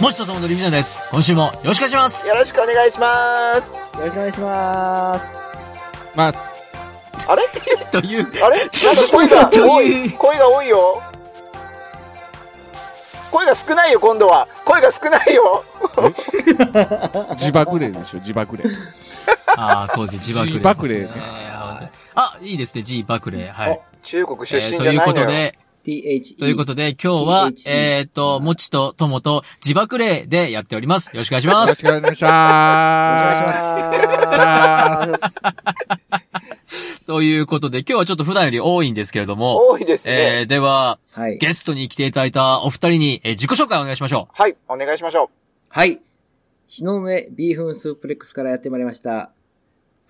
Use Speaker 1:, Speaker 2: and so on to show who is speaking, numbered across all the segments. Speaker 1: もしととものリビジョンです。今週もよろしくお願いします。
Speaker 2: よろしくお願いします。
Speaker 3: よろしくお願いします。
Speaker 4: まあ、
Speaker 2: あれ
Speaker 1: という、
Speaker 2: あれなんか声が
Speaker 1: ど
Speaker 2: 多
Speaker 1: ういう
Speaker 2: い。声が多いよ。声が少ないよ、今度は。声が少ないよ。
Speaker 4: 自爆霊でしょ、自爆霊。
Speaker 1: ああ、そうですね、自爆霊です、
Speaker 4: 自爆霊ね
Speaker 1: あーあ、いいですね、G 爆霊。はい。
Speaker 2: 中国出
Speaker 1: え
Speaker 2: 身
Speaker 1: ー
Speaker 2: じ
Speaker 1: と
Speaker 2: ゃ
Speaker 1: いう
Speaker 2: ない
Speaker 1: こ
Speaker 2: の
Speaker 1: と
Speaker 2: よ。
Speaker 1: で、
Speaker 3: THE。
Speaker 1: ということで、今日は
Speaker 3: THE、
Speaker 1: えっ、と、もちとともと自爆霊でやっております。よろしくお願いし
Speaker 4: よ
Speaker 1: ま
Speaker 4: ろし
Speaker 1: す。
Speaker 4: くお願いし
Speaker 3: お
Speaker 4: ま
Speaker 3: 願いし
Speaker 4: す。ます
Speaker 1: ということで、今日はちょっと普段より多いんですけれども、
Speaker 2: 多いですね。
Speaker 1: えー、では、
Speaker 3: ます。はい。
Speaker 1: ゲストに来ていただいたお二人に、えー自己紹介をお願いしましょ
Speaker 2: はい、お願いしましょ
Speaker 3: はい。日の上ビーフンスープレックスからやってまいりました。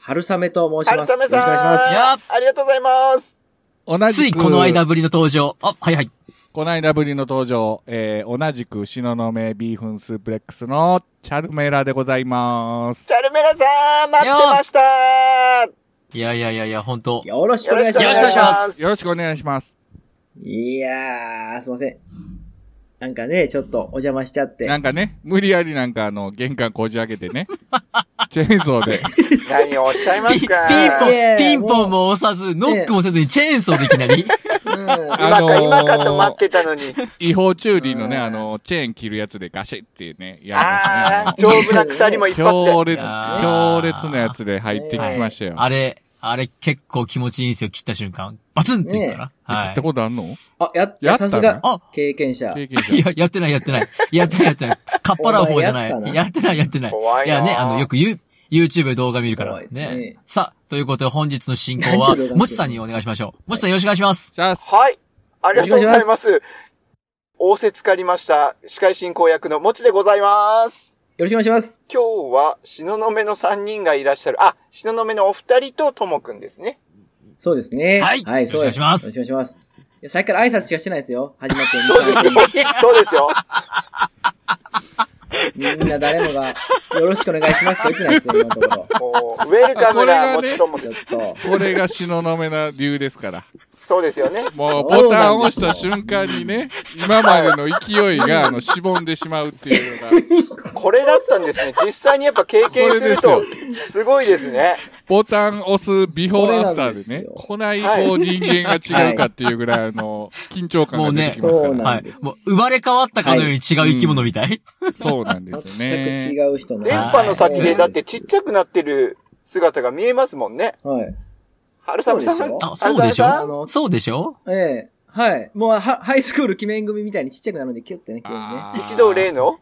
Speaker 3: 春雨と
Speaker 2: う。
Speaker 3: 申し
Speaker 2: 春
Speaker 3: ます。
Speaker 2: 雨さん、
Speaker 3: よろしくお願いします。
Speaker 1: やっ
Speaker 2: ありがとうございます。
Speaker 4: 同
Speaker 1: う。つ
Speaker 4: じ
Speaker 1: い
Speaker 4: く、
Speaker 1: この間ぶりの登場。あ、はいはい。
Speaker 4: この間ぶりの登場、えー、同じく、東雲ビーフンスープレックスのチャルメラでございます。
Speaker 2: チャルメラさん、待ってましたよ
Speaker 1: いやいやいやいや、本当
Speaker 3: よろしくお
Speaker 2: ろ
Speaker 3: 願
Speaker 2: し
Speaker 3: い
Speaker 2: く
Speaker 3: し
Speaker 2: お
Speaker 1: よ
Speaker 3: ます。
Speaker 2: 願いしま
Speaker 1: よ
Speaker 2: す。
Speaker 4: よろしくお願いします。
Speaker 3: いやー、すいません。なんかね、ちょっとお邪魔しちゃって。
Speaker 4: なんかね、無理やりなんかあの、玄関こじ開けてね、 チェーンソーで、
Speaker 2: 何をおっしゃいま
Speaker 1: ピ
Speaker 2: す
Speaker 1: ピン
Speaker 2: か
Speaker 1: ポ
Speaker 3: いやい
Speaker 1: ン、
Speaker 3: や
Speaker 1: ピンポンも押さず、ノックもせずにチェーンソーでいきなり。
Speaker 3: うん
Speaker 2: 今か
Speaker 4: あのー
Speaker 2: 今かと待ってたのに。
Speaker 4: 違法駐輪のね、
Speaker 3: うん
Speaker 4: あの、チェーン切るやつでガシッってね、やり
Speaker 2: あ
Speaker 4: ま
Speaker 2: あ、丈夫な鎖も一
Speaker 4: す
Speaker 2: 発で
Speaker 4: ね。強。烈、
Speaker 1: いやー
Speaker 4: 強烈なやつで入ってきましたよ。
Speaker 1: あれ、あれ結構気持ちいいんですよ、切った瞬間。バツンって言うから。
Speaker 4: え
Speaker 1: は
Speaker 4: 切っ
Speaker 1: い
Speaker 4: た。ことあんの
Speaker 3: あ、やっ
Speaker 4: やった
Speaker 3: さ
Speaker 4: な
Speaker 3: すが、
Speaker 1: あ、
Speaker 3: 経験者。
Speaker 4: 経験者
Speaker 1: いや、やってない、やってない。やってない、やってない。かっぱらう方じゃな。
Speaker 3: お前やったない
Speaker 1: やってない、やってない。
Speaker 2: 怖い
Speaker 1: や
Speaker 2: な
Speaker 1: ね、あの、よく言う。YouTube で動画見るか
Speaker 3: 怖
Speaker 1: ら
Speaker 3: いですね
Speaker 1: ね。さあ、ということで本日の進行は
Speaker 3: YouTube 動画見て、る
Speaker 1: もちさんにお願いしましょう。もちさんよろしくお願いします。
Speaker 4: じゃあ、
Speaker 2: はい。ありがとうございます。仰せつかりました。司会進行役のもちでございます。
Speaker 3: よろしくお願いします。
Speaker 2: 今日は、しののめの3人がいらっしゃる。あ、しののめのお二人とともくんですね。
Speaker 3: そうですね。
Speaker 1: はい
Speaker 3: はい、そうです。
Speaker 1: よろしくお願いします
Speaker 3: よろしくお願いします。いやさっきから挨拶しかしてないですよ。始まって。
Speaker 2: そうですよ。そうですよ。
Speaker 3: みんな誰もが、よろしくお願いしますと言ってないですよ、今のところ。
Speaker 2: もう、ウェルカムなもちとも
Speaker 3: ち
Speaker 2: で
Speaker 3: ょっ
Speaker 2: す。
Speaker 3: と。
Speaker 4: これが東雲な理由です から。
Speaker 2: そうですよね。
Speaker 3: そうなんで
Speaker 4: もう、
Speaker 3: す
Speaker 4: ボタンを押した瞬間にね、今までの勢いが、あの、しぼんでしまうっていうのが、
Speaker 2: これだったんですね。実際にやっぱ経験する、
Speaker 4: こと
Speaker 2: すごいですね。
Speaker 4: ボタン押すビフォーアフターでね、
Speaker 3: こ
Speaker 4: こないこう人間が違うかっていうぐらい、あの、緊張感が出てきますか
Speaker 3: もうね
Speaker 4: ら。
Speaker 1: は
Speaker 3: ないんです。
Speaker 1: もう、生まれ変わったかのように違う生き物みたい。
Speaker 4: そうなんですよ
Speaker 3: 全
Speaker 4: ね。
Speaker 3: く違う人の。
Speaker 2: 電波の先で、だってちっちゃくなってる姿が見えますもんね。
Speaker 3: はい。
Speaker 2: 春雨さん
Speaker 3: そうですよ、
Speaker 1: あ、
Speaker 2: 春
Speaker 1: そうで
Speaker 2: 雨
Speaker 1: しょ
Speaker 2: さ
Speaker 3: あ
Speaker 2: ん、
Speaker 3: の
Speaker 1: そうでしょ
Speaker 3: ええはい。もうは、ハイスクール記念組みたいにちっちゃくなるんで、キュッてね、急にね。
Speaker 4: あー
Speaker 2: 一度例の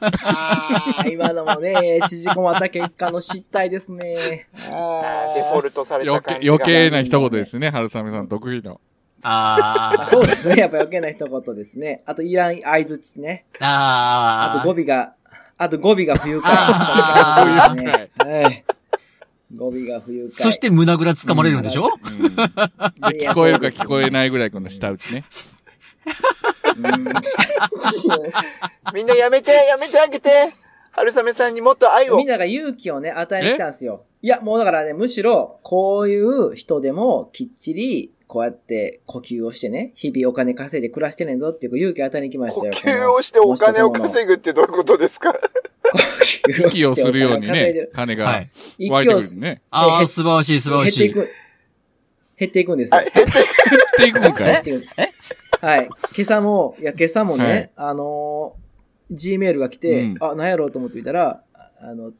Speaker 3: あー今のもね、縮こまった結果の失態ですね。あー
Speaker 2: デフォルトされた
Speaker 4: 余
Speaker 2: 感
Speaker 4: 計
Speaker 2: じが。
Speaker 4: 余計な一言ですね、春雨さん得意の。
Speaker 1: あ
Speaker 3: あ
Speaker 1: ー。
Speaker 3: そうですね。やっぱ余計な一言ですね。あと、いらん相づちね。
Speaker 1: あ
Speaker 3: あ
Speaker 1: ー。
Speaker 3: と語尾が、あと語尾が不愉快。
Speaker 1: あ
Speaker 4: ー
Speaker 3: ですねはい語尾が不愉快。
Speaker 1: そし、て胸ぐらつかまれるんでしょ、
Speaker 4: うんで聞こえるか聞こえないぐらいこの舌打ちね。
Speaker 3: うん、
Speaker 2: みんなやめて、やめてあげて。春雨さんにもっと愛を
Speaker 3: みん。なが勇気をね、与えに来たんですよ。いや、もうだからね、むしろ、こういう人でもきっちり、こうやって呼吸をしてね、日々お金稼いで暮らしてねんぞっていう勇気を与えに来まし
Speaker 2: 呼
Speaker 3: たよ。
Speaker 2: 吸をしてお金を
Speaker 3: ぐ。
Speaker 2: 稼ぐってどういうことですか
Speaker 4: 息をするようにね、金
Speaker 1: は
Speaker 4: が
Speaker 1: い。
Speaker 4: 湧い
Speaker 3: 息
Speaker 4: てく
Speaker 3: を
Speaker 4: るね。
Speaker 1: あ
Speaker 3: え
Speaker 1: ー、素晴らしい、素晴
Speaker 3: 減
Speaker 1: ら
Speaker 3: っ
Speaker 1: して
Speaker 3: い
Speaker 1: い。
Speaker 3: く。減っていくんですよ
Speaker 2: は。い、減って
Speaker 4: っていくんか
Speaker 3: 減っ
Speaker 4: い
Speaker 3: ていくんですはい。今朝も、いや、今朝もね、
Speaker 4: はい
Speaker 3: あのー、G メールが来て、
Speaker 4: うん
Speaker 3: あ、なんやろうと思ってみたら、ああの、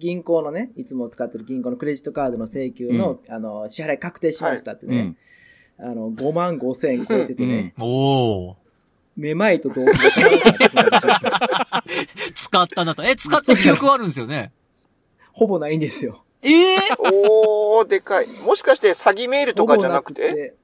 Speaker 3: 銀行のね、いつも使ってる銀行のクレジットカードの請求の、あの、支払い確定しましたって
Speaker 4: う
Speaker 3: ね、
Speaker 4: ん。
Speaker 3: あの、5万5千円超えててね、
Speaker 1: おー。
Speaker 3: めまいと動機が変わらなかった
Speaker 1: 使ったなと。え、使った記憶はあるんですよね。
Speaker 3: ほぼないんですよ。
Speaker 1: ええ
Speaker 2: おー、でかい。もしかして詐欺メールとかじゃなく
Speaker 3: ほぼ
Speaker 2: て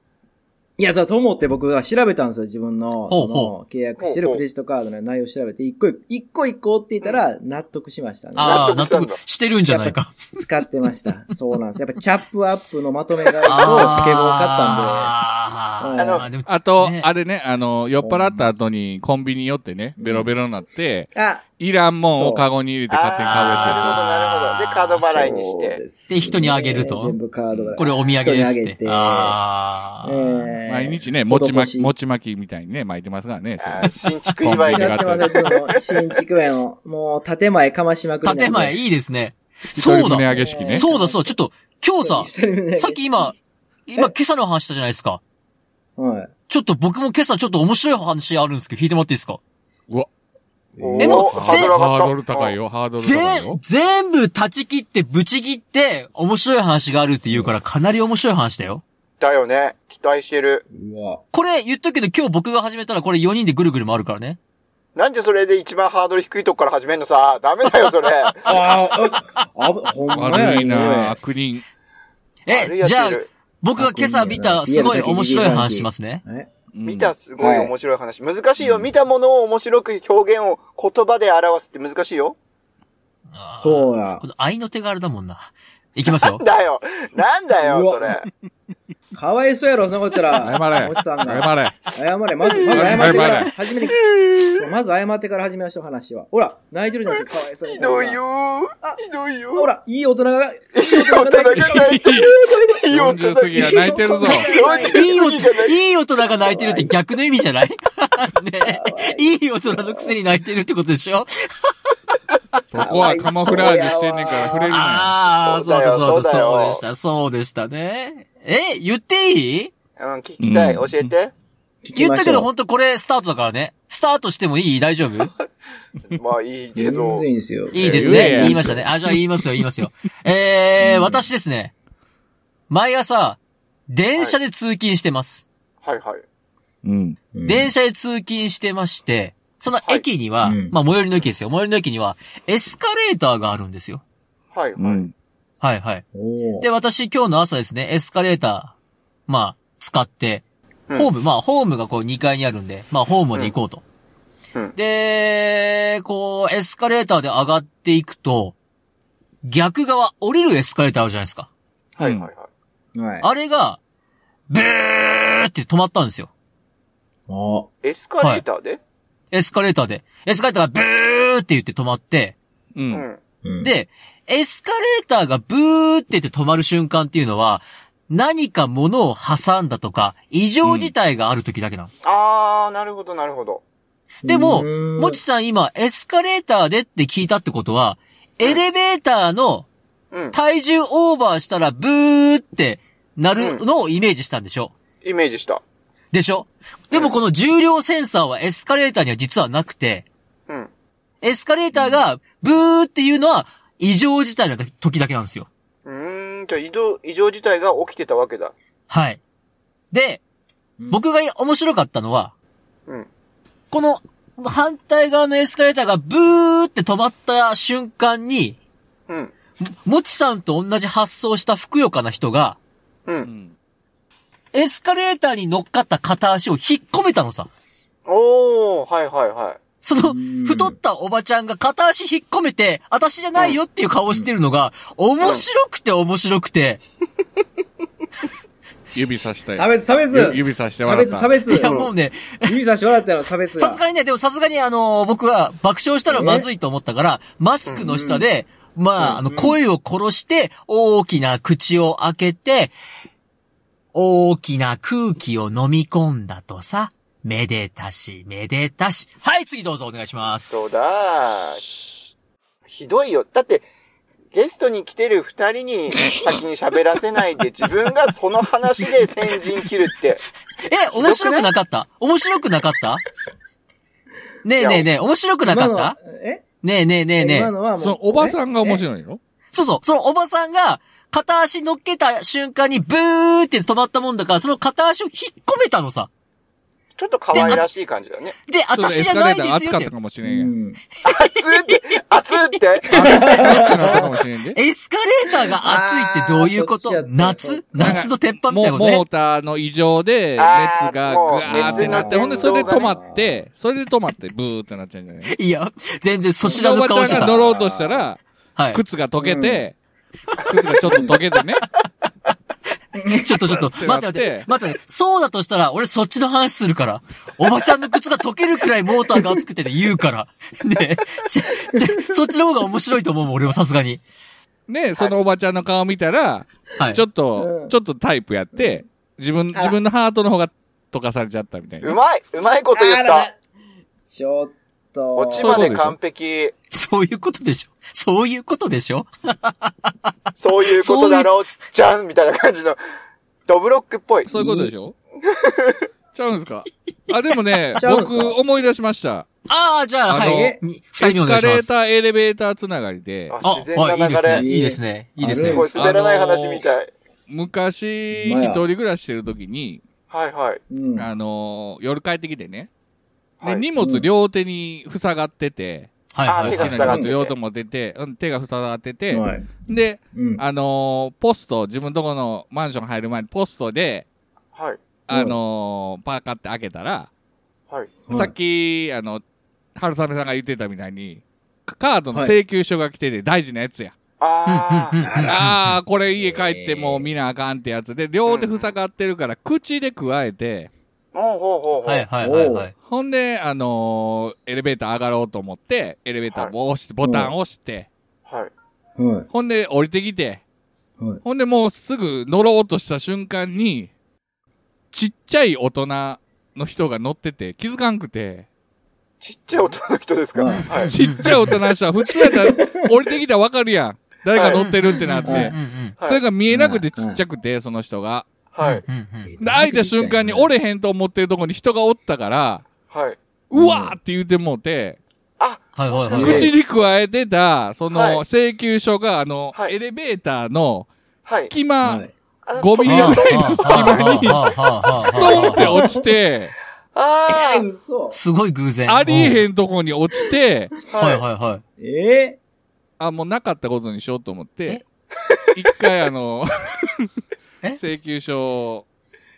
Speaker 3: いや、だと思って僕は調べたんですよ、自分の、
Speaker 1: ほう
Speaker 3: そ
Speaker 1: ほ
Speaker 3: の契約してるクレジットカードの内容を調べて、一個一個、一個一個追っていたら納得しましたね。
Speaker 1: ああ、納
Speaker 2: 納得したんだ
Speaker 1: 得してるんじゃないか。
Speaker 3: 使ってました。そうなんです。やっぱチャップアップのまとめ買いとスケボー買ったんで、
Speaker 1: あ
Speaker 3: うん
Speaker 1: ーあー、でも、
Speaker 4: あと
Speaker 1: ね、
Speaker 4: あれね、あの、酔っ払った後にコンビニ寄ってね、ベロベロになって、
Speaker 3: あ、
Speaker 4: いらんもんをカゴに入れて勝手に買うやつでしょ。
Speaker 2: あーなるほど、なるほど。で、カード払いにして。
Speaker 3: す
Speaker 1: で人にあげると
Speaker 3: 全部カードが
Speaker 1: これお土産ですって。
Speaker 3: 人にあげて
Speaker 1: ああ、
Speaker 3: ええー
Speaker 4: 毎日ね、餅巻き、
Speaker 3: 施し
Speaker 4: 餅巻きみたいにね、巻いてますからね。そう
Speaker 2: あー新築祝い
Speaker 4: 手
Speaker 2: が
Speaker 3: や
Speaker 4: が
Speaker 3: ってますよ、いつも新築園を。もう、建前かましまくりなんで。
Speaker 1: 建前いいですね。
Speaker 4: 一人
Speaker 1: そう
Speaker 4: 胸
Speaker 1: だ。
Speaker 4: 上げ式ね。
Speaker 1: そうだ、そうだ。ちょっと、今日さ、
Speaker 3: 一人目ね
Speaker 1: さっき今、今今朝の話したじゃないですか。
Speaker 3: はい。
Speaker 1: ちょっと僕も今朝ちょっと面白い話あるんですけど、聞いてもらっていいですか
Speaker 4: うわ。
Speaker 2: お
Speaker 1: えもう
Speaker 4: ハ
Speaker 1: 全
Speaker 4: ードルハードル高いよ、ハードル高い
Speaker 1: 全
Speaker 4: よ、。
Speaker 1: 全部断ち切って、ぶち切って、面白い話があるって言うから、かなり面白い話だよ。
Speaker 2: だよね。期待してる。
Speaker 3: うわ。
Speaker 1: これ言っとくけど、今日僕が始めたらこれ4人でぐるぐる回るからね。
Speaker 2: なんでそれで一番ハードル低いとこから始めんのさ。ダメだよ、それ。
Speaker 3: ああ、ぶほんまや
Speaker 4: 悪いな
Speaker 3: ね。
Speaker 4: 悪人。
Speaker 2: 悪い
Speaker 1: え、
Speaker 2: やつ
Speaker 1: じゃあ
Speaker 2: い、る
Speaker 1: 僕が今朝見たすごい面白い話しますね。
Speaker 3: え
Speaker 4: うん
Speaker 2: 見たすごい面白い話。難しいよ。見たものを面白く表現を言葉で表すって難しいよ。
Speaker 3: そうや
Speaker 1: こ。の愛の手があれだもんな。いきますよ。
Speaker 2: だよ。なんだ
Speaker 3: う
Speaker 2: よ、
Speaker 3: わ
Speaker 2: それ。
Speaker 3: かわいそうやろ、そんなこと言ったら。
Speaker 4: 謝れ
Speaker 3: おじさんが。
Speaker 4: 謝れ。
Speaker 3: 謝れ。まず、まず謝ってか
Speaker 4: 謝れ
Speaker 3: ら、始めに。そうまず謝ってから始めましょう、話は。ほら、泣いてるじゃん、かわいそうに
Speaker 2: ひどいよー。ひどいよー。
Speaker 3: ほら、いい大人が、いい
Speaker 2: いい大人が泣いてる。いい大人
Speaker 4: 40過ぎは泣いてるぞ。
Speaker 1: いい
Speaker 2: 40過ぎが
Speaker 1: 音、
Speaker 2: 泣いてる。
Speaker 1: いい大人が泣いてるって逆の意味じゃない ねえいい大人のくせに泣いてるってことでしょ
Speaker 4: そこはカモフラージュしてんねんから触れるなよ。
Speaker 1: ああ、
Speaker 2: そ
Speaker 1: そううだ
Speaker 2: だよ
Speaker 1: そうだ、
Speaker 2: そうだよ
Speaker 1: そうでした、そうでしたね。え、言っていい
Speaker 2: うん、聞きたい。教えて。
Speaker 3: 聞き
Speaker 1: 言っ
Speaker 3: ま
Speaker 1: た
Speaker 3: し
Speaker 1: けど
Speaker 3: ょう。
Speaker 1: 本当これスタートだからね。スタートしてもいい大丈夫
Speaker 2: まあいいけ
Speaker 3: 全
Speaker 2: ど。
Speaker 3: 然いいですよ。
Speaker 1: いいです
Speaker 4: いやいやい
Speaker 1: ね。
Speaker 4: や
Speaker 1: 言いましたね。あ、じゃあ言いますよ、言いますよ。えー、私ですね。毎朝、電車で通勤してます。
Speaker 2: はいはい。
Speaker 4: うん。
Speaker 3: うん
Speaker 1: 電車で通勤してまして、その駅には、
Speaker 3: はいうん
Speaker 1: まあ、最寄りの駅ですよ。最寄りの駅には、エスカレーターがあるんですよ。
Speaker 2: はいうはい。
Speaker 4: ん。
Speaker 1: はいはい。
Speaker 3: おー
Speaker 1: で、私今日の朝ですね、エスカレーター、まあ、使って、
Speaker 2: うん
Speaker 1: ホーム、まあ、ホームがこう2階にあるんで、まあ、ホームまで行こうと。
Speaker 2: うんうん
Speaker 1: で、こう、エスカレーターで上がっていくと、逆側、降りるエスカレーターあるじゃないですか。
Speaker 2: はいはいはい。
Speaker 3: はい。
Speaker 1: あれが、ブーって止まったんですよ。
Speaker 3: あ
Speaker 2: エスカレーターで
Speaker 1: エスカレーターで。エスカレーターがブーって言って止まって、
Speaker 4: う。
Speaker 2: うんん。
Speaker 3: うん
Speaker 1: で、エスカレーターがブーってって止まる瞬間っていうのは、何か物を挟んだとか、異常事態がある時だけなの。
Speaker 2: あー、なるほどなるほど。
Speaker 1: でも、
Speaker 3: うーん
Speaker 1: もちさん今、エスカレーターでって聞いたってことは、エレベーターの
Speaker 2: うん。
Speaker 1: 体重オーバーしたらブーってなるのをイメージしたんでしょ
Speaker 2: イメージした。
Speaker 1: でしょでもこの重量センサーはエスカレーターには実はなくて、
Speaker 2: うん。
Speaker 1: エスカレーターがブーっていうのは異常事態の時だけなんですよ。
Speaker 2: うーん、じゃあ異常、異常事態が起きてたわけだ。
Speaker 1: はい。で、
Speaker 3: うん
Speaker 1: 僕が面白かったのは、
Speaker 2: うん。
Speaker 1: この反対側のエスカレーターがブーって止まった瞬間に、
Speaker 2: うん。
Speaker 1: ももちさんと同じ発想したふくよかな人が、
Speaker 2: う。
Speaker 4: うんん。
Speaker 1: エスカレーターに乗っかった片足を引っ込めたのさ。
Speaker 2: おー、はいはいはい。
Speaker 1: その
Speaker 3: う、ん
Speaker 1: 太ったおばちゃんが片足引っ込めて、私じゃないよっていう顔をしてるのが、面白くて面白くて、
Speaker 4: 指さした
Speaker 3: 差
Speaker 4: よ。
Speaker 3: 別、差別
Speaker 4: ゆ指さして
Speaker 3: 差
Speaker 4: 笑っ
Speaker 3: 別、
Speaker 4: た。
Speaker 3: 差別
Speaker 1: いやもうね、
Speaker 3: 指さして笑ったよ、差別
Speaker 1: さ
Speaker 3: が
Speaker 1: す。がにね、でもさすがにあのー僕は爆笑したらまずいと思ったから、マスクの下で、まあ、あの、声を殺して、大きな口を開けて、大きな空気を飲み込んだとさ、めでたし、めでたし。はい、次どうぞお願いします。
Speaker 2: そうだー。ひどいよ。だって、ゲストに来てる二 人に先に喋らせないで、自分がその話で先陣切るって。
Speaker 1: え、面白くなかった面白くなかったねえねえねえ、面白くな
Speaker 3: 今
Speaker 1: か
Speaker 3: の
Speaker 1: った
Speaker 3: はえ
Speaker 1: ねえねえねえねえ
Speaker 3: 今。のはもう。
Speaker 4: そのおばさんが面白いよ。
Speaker 1: そうそう、そのおばさんが、片足乗っけた瞬間にブーって止まったもんだから、その片足を引っ込めたのさ。
Speaker 2: ちょっと可愛らしい感じ だね。
Speaker 1: で、
Speaker 4: ちょっと
Speaker 1: 私
Speaker 4: エ
Speaker 1: じゃ
Speaker 4: スカレ
Speaker 1: な
Speaker 4: ー
Speaker 1: いで
Speaker 4: ター
Speaker 1: すよっ
Speaker 4: が熱かってた。かもし
Speaker 3: う
Speaker 4: れんやん。
Speaker 3: ん。
Speaker 2: 熱って、熱って。
Speaker 4: 熱くなったかもしれんで。
Speaker 1: エスカレーターが熱いってどういうこ
Speaker 3: あー
Speaker 1: と
Speaker 3: そっちやった
Speaker 1: 夏夏の鉄板み
Speaker 4: も
Speaker 1: たいな
Speaker 4: う
Speaker 1: ことね
Speaker 4: モー。ターの異常で、
Speaker 2: あー
Speaker 4: 熱が
Speaker 2: もう
Speaker 4: ぐわーってなって、
Speaker 3: 熱の
Speaker 4: ほんでそれで止まって、それで止まって、ブーってなっちゃうんじゃ ない
Speaker 1: いや、全然そちら
Speaker 4: お
Speaker 1: の
Speaker 4: ばち
Speaker 1: 顔して
Speaker 4: ゃんが
Speaker 1: た
Speaker 4: 乗。ろうとしたら、
Speaker 1: はい。
Speaker 4: 靴が溶けて、靴がちょっと溶けて ね。
Speaker 1: ちょっとちょっと、
Speaker 4: て
Speaker 1: 待って待って、待って、そうだとしたら、俺そっちの話するから。おばちゃんの靴が溶けるくらいモーターが熱くてって言うから。ねえちちそっちの方が面白いと思うもん、俺はさすがに。
Speaker 4: ね、そのおばちゃんの顔見たら、
Speaker 1: はい。
Speaker 4: ちょっと
Speaker 3: う、ん
Speaker 4: ちょっとタイプやって、自分、
Speaker 3: あ
Speaker 4: 自分のハートの方がとかされちゃったみたいうな。
Speaker 2: まいうまいこと言っ
Speaker 3: あら
Speaker 2: た
Speaker 3: ちょっと。
Speaker 2: 落ちまで完璧。
Speaker 1: そういうことでしょそういうことでしょ
Speaker 2: そういうことだろう、じゃんみたいな感じの。ドブロックっぽい。
Speaker 4: そういうことで しょちゃうんですかあ、でもね
Speaker 3: ち、ゃうんすか
Speaker 4: 僕思い出しました。
Speaker 1: ああ、じゃあ、
Speaker 4: あの
Speaker 1: はい。に二人
Speaker 4: エ
Speaker 1: にお
Speaker 4: ス
Speaker 1: 願い
Speaker 4: カ
Speaker 1: しま
Speaker 4: レー
Speaker 1: す。
Speaker 4: ター、エレベーターつながりで、
Speaker 2: あ自然な流
Speaker 1: あはい
Speaker 2: れ。
Speaker 1: いいですね。いいですね。いい
Speaker 3: あ
Speaker 1: で
Speaker 2: こ
Speaker 1: す
Speaker 2: れ
Speaker 1: ね。
Speaker 2: 滑らない話みたい。
Speaker 4: 昔、
Speaker 3: まあ
Speaker 4: 一人暮らししてる時に、
Speaker 2: はいはい。
Speaker 3: うん。
Speaker 4: あのー夜帰ってきてね、
Speaker 2: は
Speaker 4: で、
Speaker 2: い
Speaker 4: 荷物両手に塞がってて、
Speaker 1: はい
Speaker 2: あ
Speaker 1: はい
Speaker 2: 手
Speaker 4: 大
Speaker 2: が
Speaker 4: き
Speaker 2: 塞
Speaker 4: な
Speaker 2: がっ
Speaker 4: 荷
Speaker 2: て
Speaker 4: 物
Speaker 2: て
Speaker 4: 両手も出て、うん手が塞がってて、
Speaker 3: はい。
Speaker 4: で、
Speaker 3: うん。
Speaker 4: あのーポスト、自分とこのマンション入る前にポストで、
Speaker 2: はい。
Speaker 4: あのーパーカって開けたら、
Speaker 2: はい。
Speaker 3: はい
Speaker 4: さっき、あの、春雨さんが言ってたみたいに、カカードの請求書が来てて大事なやつや。
Speaker 2: あ
Speaker 1: うんうん
Speaker 2: ー。
Speaker 1: うん
Speaker 3: あら
Speaker 4: ああ、これ家帰ってもう見なあかんってやつで、両手塞がってるから、口で加えて、
Speaker 2: ほうほうほうほう。
Speaker 1: はいはいはいはい。
Speaker 4: ほんで、あのーエレベーター上がろうと思って、エレベーターを押して、
Speaker 3: い
Speaker 4: ボタン押して、
Speaker 2: はい。
Speaker 3: はい。
Speaker 4: ほんで降りてきて、
Speaker 3: はい。
Speaker 4: ほんでもうすぐ乗ろうとした瞬間に、ちっちゃい大人の人が乗ってて、気づかんくて、
Speaker 2: ちっちゃい大人の人ですか
Speaker 3: はい
Speaker 2: はい。
Speaker 4: ちっちゃい大人の人は普通やったら降りてきたらわかるやん。誰か乗ってるってなっ
Speaker 1: うんうん
Speaker 4: て
Speaker 1: う。ん
Speaker 2: はい
Speaker 4: それが見えなくてちっちゃくて、その人が。
Speaker 2: はい。
Speaker 1: うんうん。
Speaker 4: で、開いた瞬間に折れへんと思ってるとこに人がおったから、
Speaker 2: はい。
Speaker 4: うわーって言うてもうて、
Speaker 2: あ、
Speaker 1: はいはいはい。
Speaker 2: もしかして
Speaker 4: 口に加えてた、そ
Speaker 2: はい
Speaker 4: の請求書が、あの、
Speaker 2: はい
Speaker 4: エレベーターの
Speaker 2: はい。
Speaker 4: 隙
Speaker 3: は
Speaker 4: 間
Speaker 3: い、
Speaker 2: あ
Speaker 4: ゴミ
Speaker 1: あ
Speaker 4: 入れ
Speaker 1: あ
Speaker 4: ぐらいの隙間に、
Speaker 1: あああああああああああ
Speaker 4: ストンって落ちて、
Speaker 2: あ
Speaker 3: え
Speaker 2: ー。
Speaker 3: 嘘。
Speaker 1: すごい偶然。
Speaker 4: ありえ
Speaker 1: ん。
Speaker 4: へんとこに落ちて、
Speaker 1: はい
Speaker 2: は
Speaker 1: はいは
Speaker 3: え
Speaker 4: あ、もうなかったことにしようと思って、一回あの
Speaker 1: え、
Speaker 4: 請求書を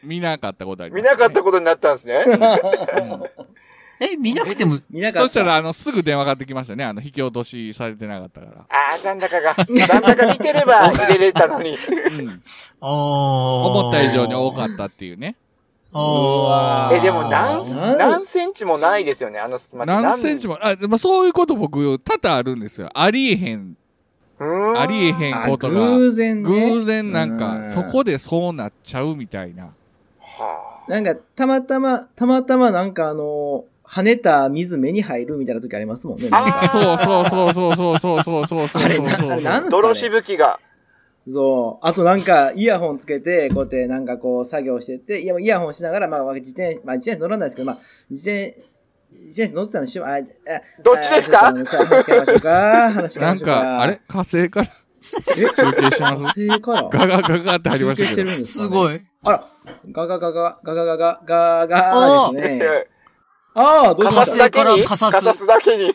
Speaker 4: 見なかったことあり
Speaker 2: い。
Speaker 4: ま
Speaker 2: 見
Speaker 4: すね、
Speaker 2: なかったことになったんですね。
Speaker 1: い。え、見なくても、
Speaker 3: 見なかっ
Speaker 4: そ
Speaker 3: た。
Speaker 4: したら、あの、すぐ電話かかってきましたね。あの、引き落としされてなかったから。
Speaker 2: あー、残高が。残高見てれば入れれたのに。
Speaker 4: うん。
Speaker 1: ああ。
Speaker 4: 思った以上に多かったっていうね。
Speaker 1: ああ。
Speaker 2: え、でも何
Speaker 3: す、
Speaker 2: 何センチもないですよね、あの隙間って
Speaker 4: 何センチも、あ、でもそういうこと僕、多々あるんですよ。ありえへん、
Speaker 2: うーん
Speaker 4: ありえへん
Speaker 3: あ
Speaker 4: ことが。
Speaker 3: 偶然ね。
Speaker 4: 偶然なん
Speaker 3: う
Speaker 4: か、そこでそうなっちゃうみたいな。
Speaker 2: は
Speaker 3: なんか、たまたま、たまたまなんかあのー、跳ねた水目に入るみたいな時ありますもんね。
Speaker 2: あー
Speaker 4: そうそうそうそうそうそうそうそうそうそうそう
Speaker 3: あれなん
Speaker 2: あ。泥しぶきが。
Speaker 3: そう。あとなんか、イヤホンつけて、こうやってなんかこう作業してて、いやイヤホンしながら、まあ自転車、まあ自転車乗らないですけど、まあ自転、自転車乗ってたのしあ、あ
Speaker 2: どっちですか
Speaker 3: あちょっと話し合いましょうか話し合
Speaker 4: な
Speaker 3: ま
Speaker 4: いん
Speaker 3: しょうか。
Speaker 4: か、あれ火星から
Speaker 3: え
Speaker 4: 中継し てま
Speaker 3: 火
Speaker 4: す
Speaker 3: 星から
Speaker 4: ガガガガって入りましたけど。
Speaker 3: るんです
Speaker 1: すご
Speaker 3: い。
Speaker 1: い。
Speaker 3: あら、ガガガガ、ガガガガ、ガガですね。ああ、どう
Speaker 2: か
Speaker 3: し
Speaker 2: さ
Speaker 3: まし
Speaker 2: す
Speaker 3: た
Speaker 2: だけに
Speaker 1: カ
Speaker 2: か
Speaker 1: サス
Speaker 2: さすだけに。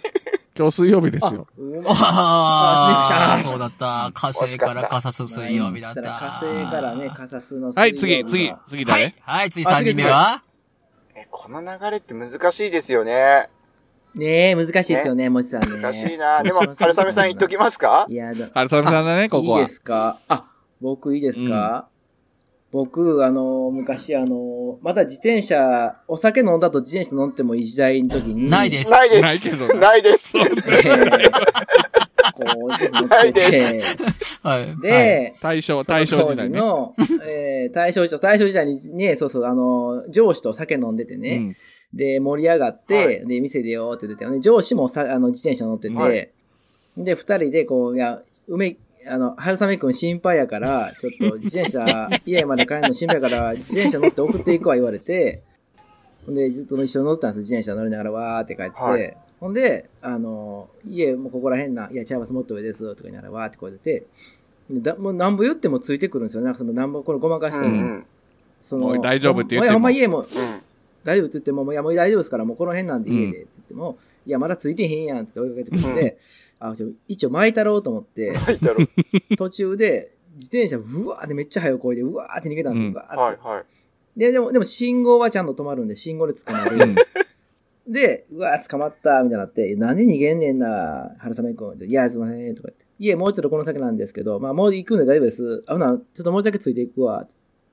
Speaker 4: 今日水曜日ですよ。
Speaker 3: うまい
Speaker 1: あ
Speaker 3: あ
Speaker 1: あ、
Speaker 3: すいません
Speaker 1: そうだった。火星から火砂水曜日だった。
Speaker 3: 火星からね、火砂数の水曜日
Speaker 4: はい、次、次、次
Speaker 1: は
Speaker 4: 誰
Speaker 1: い、はい、次3人目は
Speaker 2: えこの流れって難しいですよね。
Speaker 3: ねえ、難しいですよね、もちさんね。
Speaker 2: 難しいな。でも、春雨さん言っときますか
Speaker 3: いや、でも
Speaker 4: 春雨さんだね、ここ
Speaker 3: いい
Speaker 4: は
Speaker 3: で。すかあ、僕いいですか、僕、あの、昔、あの、まだ自転車、お酒飲んだと自転車乗ってもいい時代の時に。。
Speaker 1: ないですす。
Speaker 2: ない
Speaker 4: ない
Speaker 2: で
Speaker 4: け
Speaker 2: す
Speaker 4: ど。ね
Speaker 2: ないです。
Speaker 3: えー、こう、自転車乗 ってて。
Speaker 1: はい。はい
Speaker 3: で、
Speaker 4: 大正、大正時代ね。
Speaker 3: の、えー、大正時代、大正時代にね、そうそう、あの、上司と酒飲んでてね。
Speaker 4: うん
Speaker 3: で、盛り上がって、
Speaker 2: は
Speaker 3: で、店出ようって出て、ね、上司もさあの自転車乗ってて、
Speaker 2: はい
Speaker 3: で、二人で、こう、いや、梅、あの、春雨くん心配やから、ちょっと自 転車、家まで帰るの心配やから、自転車乗って送っていくわ言われて、ほんで、ずっと一緒に乗ってたんですよ自転車乗りながらわーって帰ってて、
Speaker 2: はい
Speaker 3: ほんで、あの、家もうここら辺な、いや、ちゃいます、もっと上です、とか言いながらわーってこう出て、だもう何ぼ言ってもついてくるんですよ。なんかその何ぼこれごまかし
Speaker 2: う
Speaker 3: て
Speaker 2: ん
Speaker 3: も、
Speaker 2: うん。
Speaker 3: そ
Speaker 4: もう
Speaker 3: の、
Speaker 4: 大丈夫って言っても
Speaker 3: も。ほんま家も、
Speaker 2: うん。
Speaker 3: 大丈夫って言っても、もういや、もう大丈夫ですから、もうこの辺なんで
Speaker 4: うん
Speaker 3: 家でって言っても、いや、まだついてへんやんって追いかけてくるんで、あ、ちょ一応巻いたろうと思って、
Speaker 2: はい、だろう。
Speaker 3: 途中で、自転車、うわーってめっちゃ早く越えて、うわーって逃げたんですよ、
Speaker 4: うん
Speaker 3: うわーって
Speaker 2: はい、はい。
Speaker 3: で、でも、でも信号はちゃんと止まるんで、信号で捕まる。
Speaker 4: うん
Speaker 3: で、うわー捕まった、みたいになって、なんで逃げんねんな、春雨くん。いや、すいません、とか言って。いえ、もうちょっとこの先なんですけど、まあ、もう行くんで大丈夫です。あ、ほな、ちょっともうちょっとついていくわ。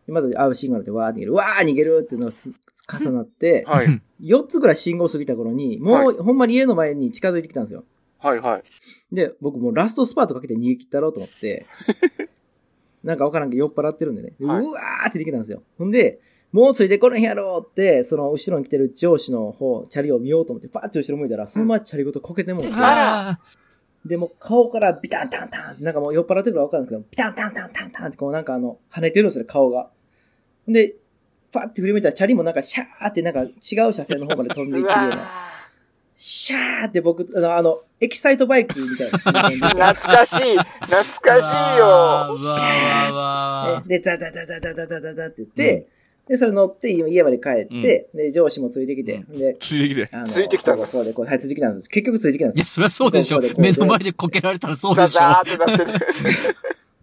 Speaker 3: でまだ、あ、信号なんて、わーって逃げる。わー逃げるっていうのがつ重なって、
Speaker 2: はい。
Speaker 3: 4つぐらい信号過ぎた頃に、もう、ほんまに家の前に近づいてきたんですよ。
Speaker 2: はい、はい。
Speaker 3: で、僕もうラストスパートかけて逃げ切ったろうと 思って、なんかわからんけど酔っ払ってるんでね、
Speaker 2: はいう
Speaker 3: わーって逃げたんですよ。ほんで、もうついてこれへんやろって、その後ろに来てる上司の方、チャリを見ようと思って、バーって後ろ向いたら、そのままチャリごとこけてもうて、
Speaker 2: あら
Speaker 1: あ
Speaker 3: で、もう顔からビタンタンタンってなんかもう酔っ払ってるからわかるんないですけど、ビタンタンタンタンタンってこうなんかあの、跳ねてるんですよ、顔が。で、パッて振り向いたら、チャリもなんかシャーってなんか違う車線の方まで飛んでいっ
Speaker 2: う
Speaker 3: てるよ
Speaker 2: わ
Speaker 3: うな。シャーって僕、あの、あのエキサイトバイクみたいな感じで
Speaker 2: ー 懐かしい。
Speaker 1: ー。
Speaker 2: 懐かしい
Speaker 1: わ
Speaker 2: よ。
Speaker 1: ーわーわーわー
Speaker 3: で、ザザザザザザザザザって言って、で、それ乗って今家まで帰って、で、上司もついてきて、で、
Speaker 4: ついてきて。
Speaker 3: あの
Speaker 2: ついてきたの
Speaker 3: こうこうで、こう、はい、ついてきたんです。結局ついてきたん
Speaker 1: いや、
Speaker 3: です。
Speaker 1: そりゃそうでしょ。
Speaker 3: こうこうこう
Speaker 1: 目の前でこけられたらそう
Speaker 2: ザ
Speaker 1: でしょ。
Speaker 2: ザ
Speaker 1: わ
Speaker 2: ーってなってる。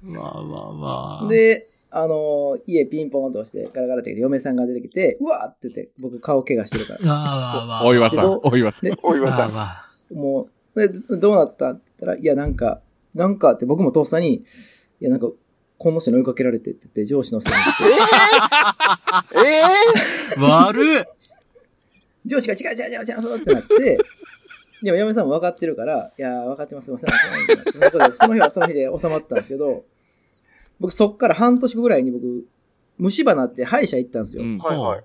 Speaker 1: ーわーわー。
Speaker 3: で、あのー家ピンポンと押して、ガラガラって来て、嫁さんが出てきて、うわーって言って、僕顔怪我してるから。
Speaker 1: わーわーわー。
Speaker 4: お岩さん、お岩さん。
Speaker 3: で、
Speaker 2: お岩さ
Speaker 1: わ
Speaker 2: ん
Speaker 1: ー。わ
Speaker 3: もう、でどうなったって言ったら、いや、なんか、なんかって僕もとっさに、いや、なんか、この人に追いかけられてって言って、上司のせいにして、
Speaker 2: えー、え
Speaker 1: ー。悪っ。
Speaker 3: 上司が違う違う違う違うってなって、でも嫁さんも分かってるから、いやー、分かってます、すいません、すいませんってなってその日はその日で収まったんですけど、僕そっから半年後ぐらいに僕、虫歯なって歯医者行ったんですよ。
Speaker 4: うん
Speaker 2: ー、。はいはい。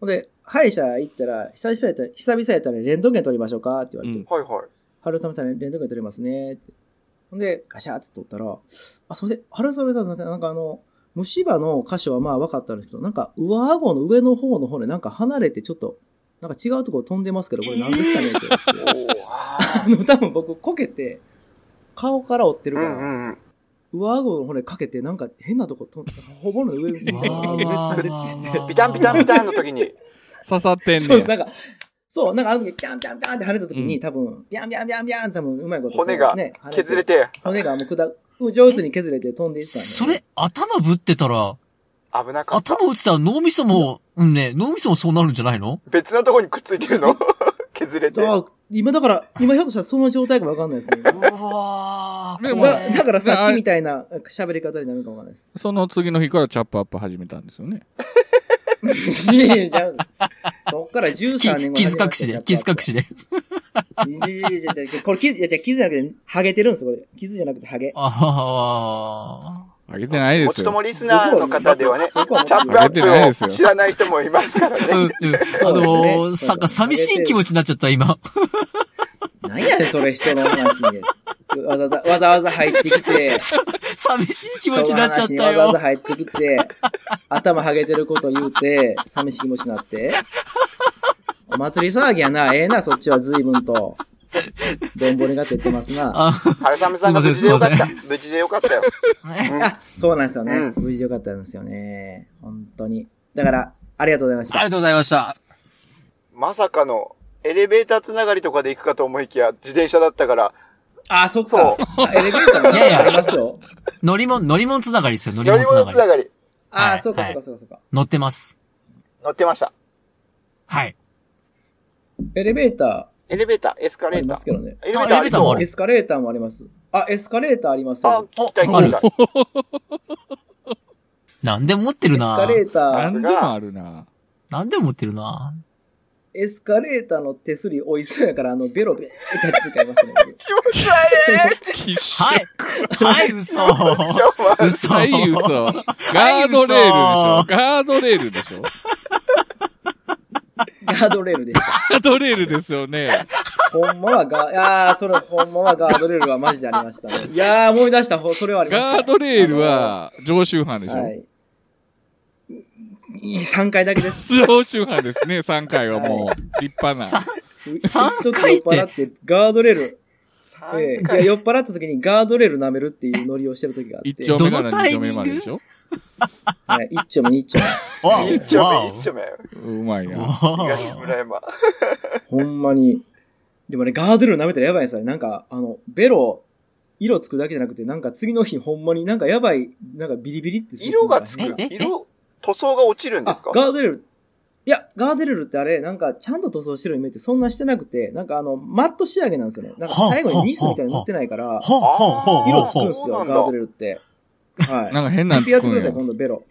Speaker 3: ほんで、歯医者行ったら、久々やったら、久々やったらレントゲン取りましょうかって言われて、
Speaker 4: うん
Speaker 2: はいはい。
Speaker 3: 春雨さんレントゲン取れますねって。ほんで、ガシャーって取ったら、あ、すいません、春雨さん、すいません、なんかあの、虫歯の箇所はまあ分かったんですけど、なんか上顎の上の方の骨、なんか離れてちょっと、なんか違うところ飛んでますけど、これ何ですかねって言われて。
Speaker 2: おーあー
Speaker 3: あの、多分僕、こけて、顔から折ってる
Speaker 2: う
Speaker 3: から、
Speaker 2: んうんうん。
Speaker 3: 上顎の骨かけて、なんか変なとこ飛ん、ほぼの上に、
Speaker 1: わーわーわーわー
Speaker 2: ビタンビタンビタンの時に。
Speaker 4: 刺さってん
Speaker 3: そう
Speaker 4: ね
Speaker 3: です、
Speaker 4: ん。
Speaker 3: なんか、そう、なんかあの時、ピャンピャンピャンって跳ねた時に、
Speaker 4: うん
Speaker 3: 多分、ビャンビャンビャンビャンって多分、うまいこと、
Speaker 2: 骨が
Speaker 3: ね、跳ね
Speaker 2: 削れ。て、
Speaker 3: 骨がもう砕く、上手に削れて飛んでいったんで。
Speaker 1: それ、頭ぶってたら、
Speaker 2: 危なかった。
Speaker 1: 頭打ってたら脳みそも、うんね、脳みそもそうなるんじゃないの
Speaker 2: 別のとこにくっついてるの削れて。
Speaker 3: だ今だから、今ひょっとしたらその状態かわかんないですね。だ
Speaker 1: うわー。
Speaker 4: でも
Speaker 1: 怖い
Speaker 3: だからさ
Speaker 4: ねあ
Speaker 3: っ
Speaker 4: れ
Speaker 3: きみたいな喋り方になるかわかんないです。
Speaker 4: その次の日からチャップアップ始めたんですよね。
Speaker 3: いやいやちゃうそっから
Speaker 1: き
Speaker 3: 13年後に
Speaker 1: 傷
Speaker 3: 始
Speaker 1: 隠
Speaker 3: まりました
Speaker 1: し
Speaker 3: よ
Speaker 1: で、傷隠しで。
Speaker 3: いやいやいやいやいやこれ傷、いや、じゃ傷じゃなくて、ハゲてるんです、これ。傷じゃなくて、ハゲ。
Speaker 1: あ
Speaker 4: あげてないで
Speaker 2: も
Speaker 4: す
Speaker 2: ちと
Speaker 4: よ
Speaker 2: も。リスナーの方ではね、チ
Speaker 3: そこは
Speaker 2: ャップアップを知らない人もいますから
Speaker 1: あ。うん、う
Speaker 2: ね。
Speaker 1: ん。あのー、さか、寂しい気持ちになっちゃった、今。
Speaker 3: なんやねん、それ、人の話に。わざわざ、わざわざ入ってきて、
Speaker 1: 寂しい気持ち
Speaker 3: 人
Speaker 1: になっ
Speaker 3: の
Speaker 1: ちゃっ
Speaker 3: 話に
Speaker 1: た
Speaker 3: わざわざ
Speaker 1: よ。
Speaker 3: 入ってき て、頭ハゲてること言うて、寂しい気持ちになって。お祭り騒ぎやな、ええな、そっちは随分と。どんぼりが照ってますな。
Speaker 1: あ、
Speaker 2: 春雨さんが無事でよかった。無事でよかった よ。
Speaker 1: あ
Speaker 3: あ、そうなんですよ
Speaker 2: う
Speaker 3: ね
Speaker 2: ん。
Speaker 3: 無事でよかったんですよね。本当に。だから、ありがとうございまし
Speaker 1: りが
Speaker 3: た。
Speaker 1: とうございました。
Speaker 2: まさかの、エレベーターつながりとかで行くかと思いきや、自転車だったから、
Speaker 3: あ、そっ
Speaker 2: そ
Speaker 3: か。あエレベーターも
Speaker 1: いやいや
Speaker 3: ありますよ。
Speaker 1: 乗り物、乗り物つながりですよ、乗り
Speaker 2: 乗り
Speaker 1: 物つな
Speaker 2: 物つ
Speaker 1: が
Speaker 2: な
Speaker 1: り。
Speaker 2: がり、
Speaker 1: は
Speaker 3: あ、
Speaker 1: い
Speaker 3: そうか、そ
Speaker 1: は
Speaker 3: う
Speaker 1: い
Speaker 3: か、そうか、そうか。
Speaker 1: 乗ってます。
Speaker 2: 乗ってました。
Speaker 1: はい。
Speaker 3: エレベータ
Speaker 2: エレベーター、エスカ
Speaker 3: ーあ
Speaker 2: レ
Speaker 3: り
Speaker 2: ータ
Speaker 3: ます
Speaker 2: ー。
Speaker 3: けどね。
Speaker 2: エレベーターありそ
Speaker 1: あ
Speaker 2: う。
Speaker 3: エスカレーターもあります。あ、エスカレーターあります
Speaker 2: あ
Speaker 3: よ。、
Speaker 2: 聞きたい、
Speaker 1: あ
Speaker 2: 聞きたい。
Speaker 1: なんでも持って
Speaker 3: エ
Speaker 1: る
Speaker 3: ス
Speaker 1: な
Speaker 3: カレーター、
Speaker 4: 何でもあるな。
Speaker 1: なんでも持ってるな
Speaker 3: エスカレーターの手すりおいそうやから、あの、ベロベロってやつ使いましたね。
Speaker 2: 気持ち悪い。
Speaker 4: きっしょ
Speaker 1: はい。はい、 嘘。嘘。
Speaker 4: はい、嘘。ガードレールでしょ。ガードレールでしょ。
Speaker 3: ガードレールでした。
Speaker 4: ガードレールですよね。
Speaker 3: ほんまは ガー、いやー、それほんまはガードレールはマジでありましたね。いやー、思い出した、ほそれはありました。
Speaker 4: ガードレールは常習犯でし
Speaker 3: あの、は
Speaker 4: ょ。
Speaker 3: い。3回だけです。
Speaker 4: 常習犯ですね、3回はもう。立派な。
Speaker 1: 三回って
Speaker 3: 一時酔っ払って、ガードレール、え
Speaker 2: 3
Speaker 3: えいや
Speaker 2: 回。
Speaker 3: 酔っ払った時にガードレール舐めるっていうノリをしてる時があって。
Speaker 4: 一丁目から二丁目まででしょ。
Speaker 3: はい、一丁目、二丁目。
Speaker 1: わ
Speaker 2: 一丁目、一丁目。
Speaker 4: うまいな。
Speaker 2: 東村山。
Speaker 3: ほんまに。でもね、ガードレール舐めたらやばいんですよね。なんか、あの、ベロ、色つくだけじゃなくて、なんか次の日ほんまになんかやばい、なんかビリビリってする
Speaker 2: 色がつく
Speaker 1: えええ
Speaker 2: 色塗装が落ちるんですか
Speaker 3: あガードレール。いや、ガードレールってあれ、なんかちゃんと塗装してるイメージそんなしてなくて、なんかあの、マット仕上げなんですよね。なんか最後にニスみたいに塗ってないから、
Speaker 1: ほうほうほうほう
Speaker 3: 色つくん
Speaker 1: ほ
Speaker 3: で
Speaker 1: う。
Speaker 3: す
Speaker 2: そうな
Speaker 3: よ、ガ
Speaker 2: ん
Speaker 3: ー
Speaker 2: だ
Speaker 3: ドレールって。はい。
Speaker 4: なんか変なん
Speaker 3: や
Speaker 4: つ
Speaker 3: って
Speaker 4: く
Speaker 3: くだ
Speaker 4: ん
Speaker 3: さい、
Speaker 4: よ。
Speaker 3: 今度ベロ。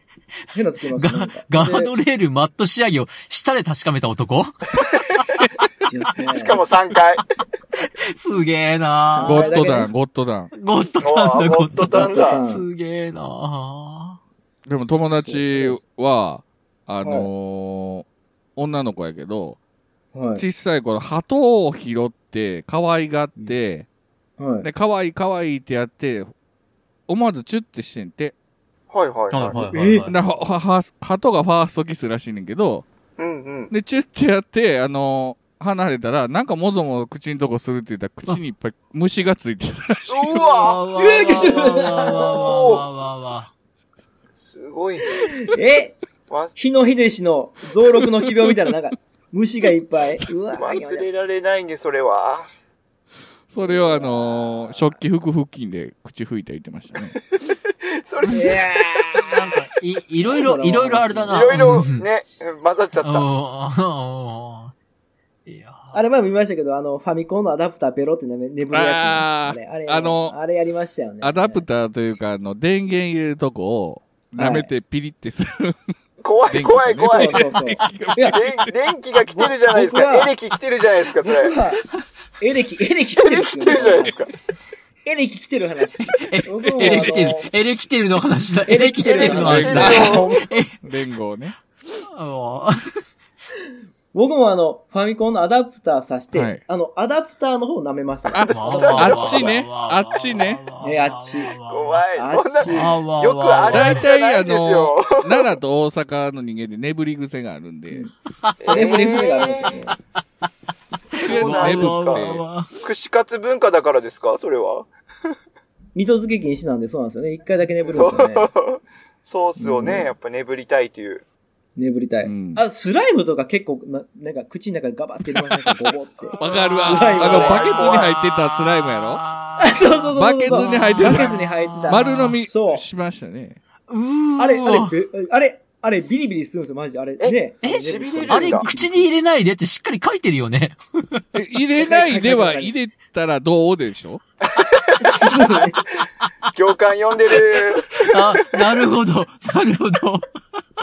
Speaker 3: 変なつきますよ。
Speaker 1: ガ
Speaker 3: なんか
Speaker 1: ガード
Speaker 3: で
Speaker 1: レールマット仕上げを舌で確かめた男
Speaker 3: いいですね
Speaker 2: しかも3回。
Speaker 1: すげえな
Speaker 4: ゴッドダン、ゴッドダン。
Speaker 1: ゴッド
Speaker 2: お
Speaker 1: タンだ、
Speaker 2: ー
Speaker 1: ゴ
Speaker 2: ゴ
Speaker 1: ッ
Speaker 2: ッ
Speaker 1: ド
Speaker 2: ド
Speaker 1: タン。
Speaker 2: タン
Speaker 3: う
Speaker 2: だ。
Speaker 3: ん
Speaker 1: すげえな
Speaker 4: でも友達は、あのー女の子やけど、
Speaker 3: はい。
Speaker 4: 小さい頃、鳩を拾って、可愛がって、
Speaker 3: はい。
Speaker 4: で、可愛い可愛いってやって、思わずチュッてしてんて。
Speaker 2: はいはい
Speaker 1: はい
Speaker 2: はい。
Speaker 1: はいはい
Speaker 3: え
Speaker 1: はい。
Speaker 4: な、は、は、鳩がファーストキスらしいねんけど、
Speaker 2: うんうん。
Speaker 4: で、チュッてやって、あのー離れたら、なんかもぞもぞ口のとこするって言ったら、口にいっぱい虫がついてたらしい。
Speaker 2: うわ
Speaker 1: わえぇ、わわわわわわ
Speaker 2: すごい。
Speaker 3: え
Speaker 2: わ
Speaker 3: 日野秀氏の増録の奇病みたいな、なんか、虫がいっ ぱい。うわ
Speaker 2: 忘れられないね、それは。
Speaker 4: それをあのー食器服付近で口吹いて言ってました ね。
Speaker 2: それ、
Speaker 3: い
Speaker 2: い
Speaker 3: や
Speaker 1: なんか、い、いろいろ、いろいろあれだな。
Speaker 2: ろいろ
Speaker 1: うん
Speaker 2: ね、混ざっちゃった。
Speaker 1: うんうんいや
Speaker 3: ーあれ前も見ましたけど、あの、ファミコンのアダプターペロってね、眠るやつ。
Speaker 4: あー
Speaker 3: れ、あれ、
Speaker 4: あの
Speaker 3: あれやりましたよね。
Speaker 4: アダプターというか、あの、電源入れるとこを、舐めてピリってする。
Speaker 2: 怖い怖い怖い。
Speaker 3: そうそうそう。いや、
Speaker 2: 電電気が来てるじゃないです
Speaker 3: 僕は
Speaker 2: か。エレキ来てるじゃないですか、そ
Speaker 3: 僕
Speaker 2: れ。エ
Speaker 3: は、エレキ、エレキ来て
Speaker 2: レ
Speaker 3: る。
Speaker 2: キ来てるじゃないです か。
Speaker 3: エレキ来てる話。僕も
Speaker 1: エレキテル
Speaker 3: あの、
Speaker 1: エレキテルの話だ。エ
Speaker 3: エ
Speaker 1: レ
Speaker 3: レ
Speaker 1: キ
Speaker 3: キ
Speaker 1: テ
Speaker 3: テ
Speaker 1: ル
Speaker 3: ル
Speaker 1: の
Speaker 3: の
Speaker 1: 話
Speaker 2: 話
Speaker 1: だ
Speaker 2: だ。
Speaker 4: 連合ね。
Speaker 1: もう
Speaker 3: 僕もあの、ファミコンのアダプターさして、
Speaker 4: はい
Speaker 3: あの、アダプターの方を舐めました。
Speaker 4: ああっちねあっちね
Speaker 3: ねあっち
Speaker 2: 怖い。
Speaker 3: あっ
Speaker 2: そんな、
Speaker 3: ち
Speaker 2: よくあるあ
Speaker 4: 大
Speaker 2: るじゃ
Speaker 4: 体
Speaker 2: な
Speaker 4: あ
Speaker 2: いんです
Speaker 4: の
Speaker 2: よ。、
Speaker 4: 奈良と大阪の人間で眠り癖があるんで、
Speaker 3: それもレベルがあるんですよね。
Speaker 4: とりあえず
Speaker 2: あ
Speaker 4: 眠
Speaker 2: そうなんです
Speaker 4: っ
Speaker 2: 串カツ文化だからですかそれは。
Speaker 3: 二度漬け禁止なんでそうなんですよね。一回だけ眠るん
Speaker 2: そ
Speaker 3: ですよね。
Speaker 2: う。ソースを
Speaker 3: うん
Speaker 2: ね、やっぱ眠りたいという。
Speaker 3: 眠りたい。
Speaker 4: うん
Speaker 3: あ、スライムとか結構な、なんか口の中にガバって入れましたねボボって。
Speaker 4: て、わかるわ。
Speaker 3: 辛いわ
Speaker 4: あの、バケツに入ってたスライムやろ
Speaker 1: あ
Speaker 3: あ、そうそうそうそう。
Speaker 4: バケツに入ってた
Speaker 3: バケツに入ってた。
Speaker 4: 丸飲み
Speaker 3: そう
Speaker 4: しましたね。
Speaker 1: うー
Speaker 3: あれ、あれ、べあれ、あれ、ビリビリするんですよ、マジで。あれ、
Speaker 2: え
Speaker 3: ね。
Speaker 2: え痺れる
Speaker 1: あれ、口に入れないでってしっかり書いてるよ ね。
Speaker 4: え入れないでは入れたらどうで しょ
Speaker 2: 行間読んでる。
Speaker 1: あ、なるほど。なるほど。